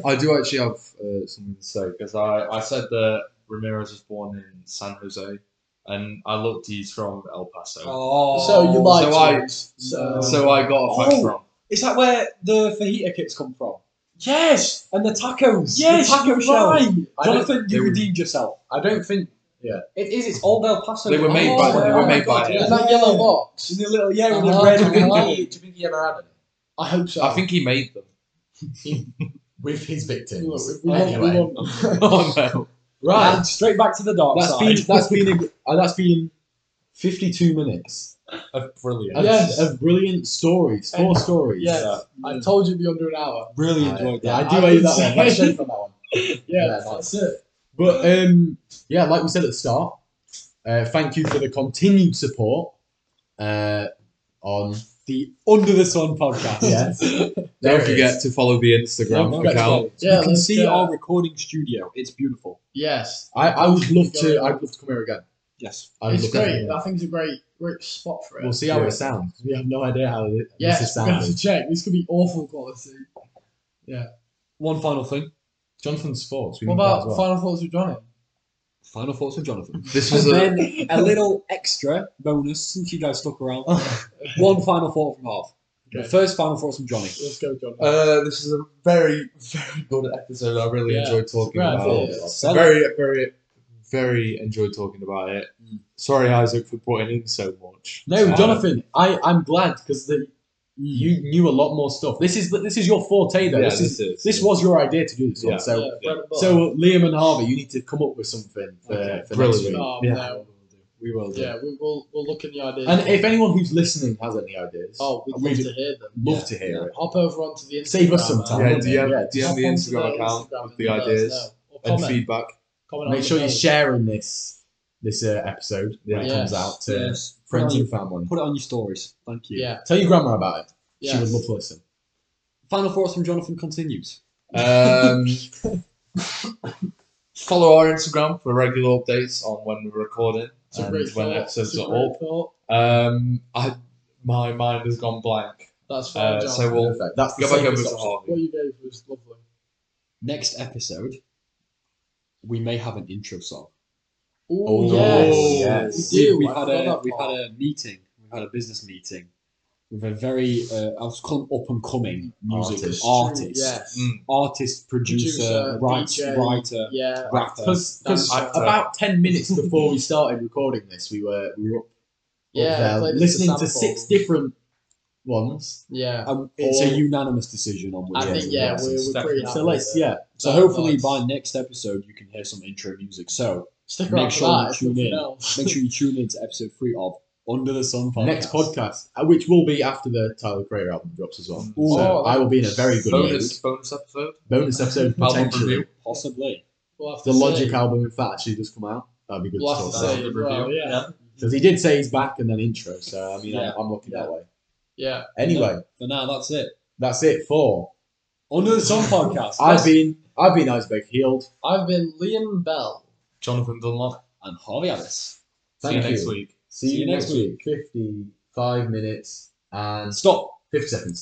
I do actually have uh, something to say because I, I said that Ramirez was born in San Jose, and I looked he's from El Paso.
oh,
so you like
so I-
so,
So I got a fact
Oh.
wrong.
Is that where the fajita kits come from?
yes,
And the tacos?
yes,
the taco
you're
shell.
right.
I don't,
Jonathan, you
they were-
redeemed yourself.
I don't think
It is. It's all El Paso. Oh
They were made
by- they were
made by
In that yellow box.
In the little yeah, with
Uh-huh.
the red. and
Do you
the
Uh-huh.
blue.
think he- do you think he ever had it
I hope so.
I think he made them.
with his victims?
Look, we, we
anyway,
want, we want,
oh no!
right.
And straight back to the dark
That's
side.
been that's been a, uh, that's been fifty two minutes
That's brilliant.
of,
Yes.
of brilliant stories, four stories.
yes, I told you it'd be under an hour.
Really
I-
enjoyed
yeah,
that.
I do
I
owe you
would
that one. Let's
say-
shake on that one.
Yeah,
Yeah,
that's it.
But um, yeah, like we said at the start, uh, thank you for the continued support uh, on
the Under the Sun podcast.
yeah.
Don't forget to follow the Instagram
Don't forget to
account.
follow.
Yeah,
you can
let's,
see
uh,
our recording studio. It's beautiful.
Yes,
I, I would love to. I'd love to come here again.
Yes.
I'd
it's
love to come
great.
here.
I think it's a great, great spot for it.
We'll see how
Yeah.
it sounds. 'cause We have no idea how it,
yes,
this is
we're gonna have
sounding.
to check. This could be awful quality.
One final thing.
Jonathan's thoughts. We
What
need that
about
as well.
final thoughts with Johnny?
Final thoughts with Jonathan.
This was
And
a
then a little extra bonus since you guys stuck around. One final thought from Harv. The
Okay.
first final thought from Johnny.
Let's go, Johnny.
uh, this is a very very good episode. I really
Yeah,
enjoyed talking
grand,
about it.
yeah.
Sell
very very very enjoyed talking about it.
Mm.
Sorry, Isaac, for putting in so much.
No,
Uh,
Jonathan. I I'm glad because you knew a lot more stuff. This is this is your forte though.
Hmm. Yeah,
this is
is
this was your idea to do this
Yeah.
one. So
yeah, bread and butter.
so Liam and Harvey, you need to come up with something for,
Okay.
for next
Brilliant.
week.
Oh,
yeah.
no.
We will do.
yeah, we, we'll we'll look at the ideas.
And if anyone who's listening has any ideas,
oh, we'd love
we'd
to hear them.
love to hear it.
Hop over onto the Instagram.
Save us some
uh,
time.
yeah. DM,
Yeah,
DM the
hop onto
Instagram account
Instagram
with
and
the
let us
ideas
know. Or
and
comment.
feedback.
comment on
Make
the
sure you're
post.
sharing this this uh, episode when it
Yeah.
comes
Yes.
out to
Yes.
friends
Put
uh,
it
and family.
on- Put it on your stories. Thank you.
Yeah,
Tell your grandma about it. She
yeah.
would love to listen.
Final thoughts from Jonathan continues.
Um, follow our Instagram for regular updates on when we're recording
It's a
and
great
when
thought.
episodes
It's a
are
great
up.
thought.
Um, I my mind has gone blank.
That's fine,
Uh,
John.
so we'll
Perfect. That's the
go back over
safest
to
option.
Harvey.
what you gave was lovely.
Next episode, we may have an intro song.
Oh,
yes.
yes.
We do.
Oh, We've had
I forgot
a
that
we've had
part.
a meeting. We've had a business meeting with a very uh, I was calling up and coming music
Artist.
artist,
Yes.
Mm.
artist, producer,
Producer,
writes,
DJ.
writer,
Yeah.
rapper.
Because
Actor.
about ten minutes before we started recording this, we were we were up
Yeah.
there
played as a
uh, listening to
sample.
six different ones.
Yeah.
And Um, it's
Or-
a unanimous decision on which.
I
one
think,
to
yeah,
go.
we're, we're pretty
So
happy
let's
with it.
yeah.
So
that
hopefully
vibes.
by next episode you can hear some intro music. So
Stick
Make
around
sure
for
you
that, if
tune
nothing
in.
else.
make sure you tune in to episode three of Under the Sun podcast.
Next podcast, uh, which will be after the Tyler Creator album drops as well.
Ooh.
so
Oh,
I will be in a very good
Bonus bonus episode.
mood. Bonus episode
Album
potentially.
review.
possibly.
We'll have to
The Logic
see.
album, if that actually does come out, that'd be good
We'll
to
have
talk
to
about.
say
album
as well,
review.
yeah.
Because he did say he's back and then intro, so I mean,
Yeah.
I'm, I'm looking
Yeah.
that way.
Yeah.
Anyway,
But now that's it.
that's it for.
Under the Sun podcast.
I've been I've been Iceberg Healed.
I've been Liam Bell.
Jonathan Dunlop.
and Harvey Alice.
See
Thank
you
you.
next week.
See, you next week. Fifty-five minutes and
Stop.
fifty seconds.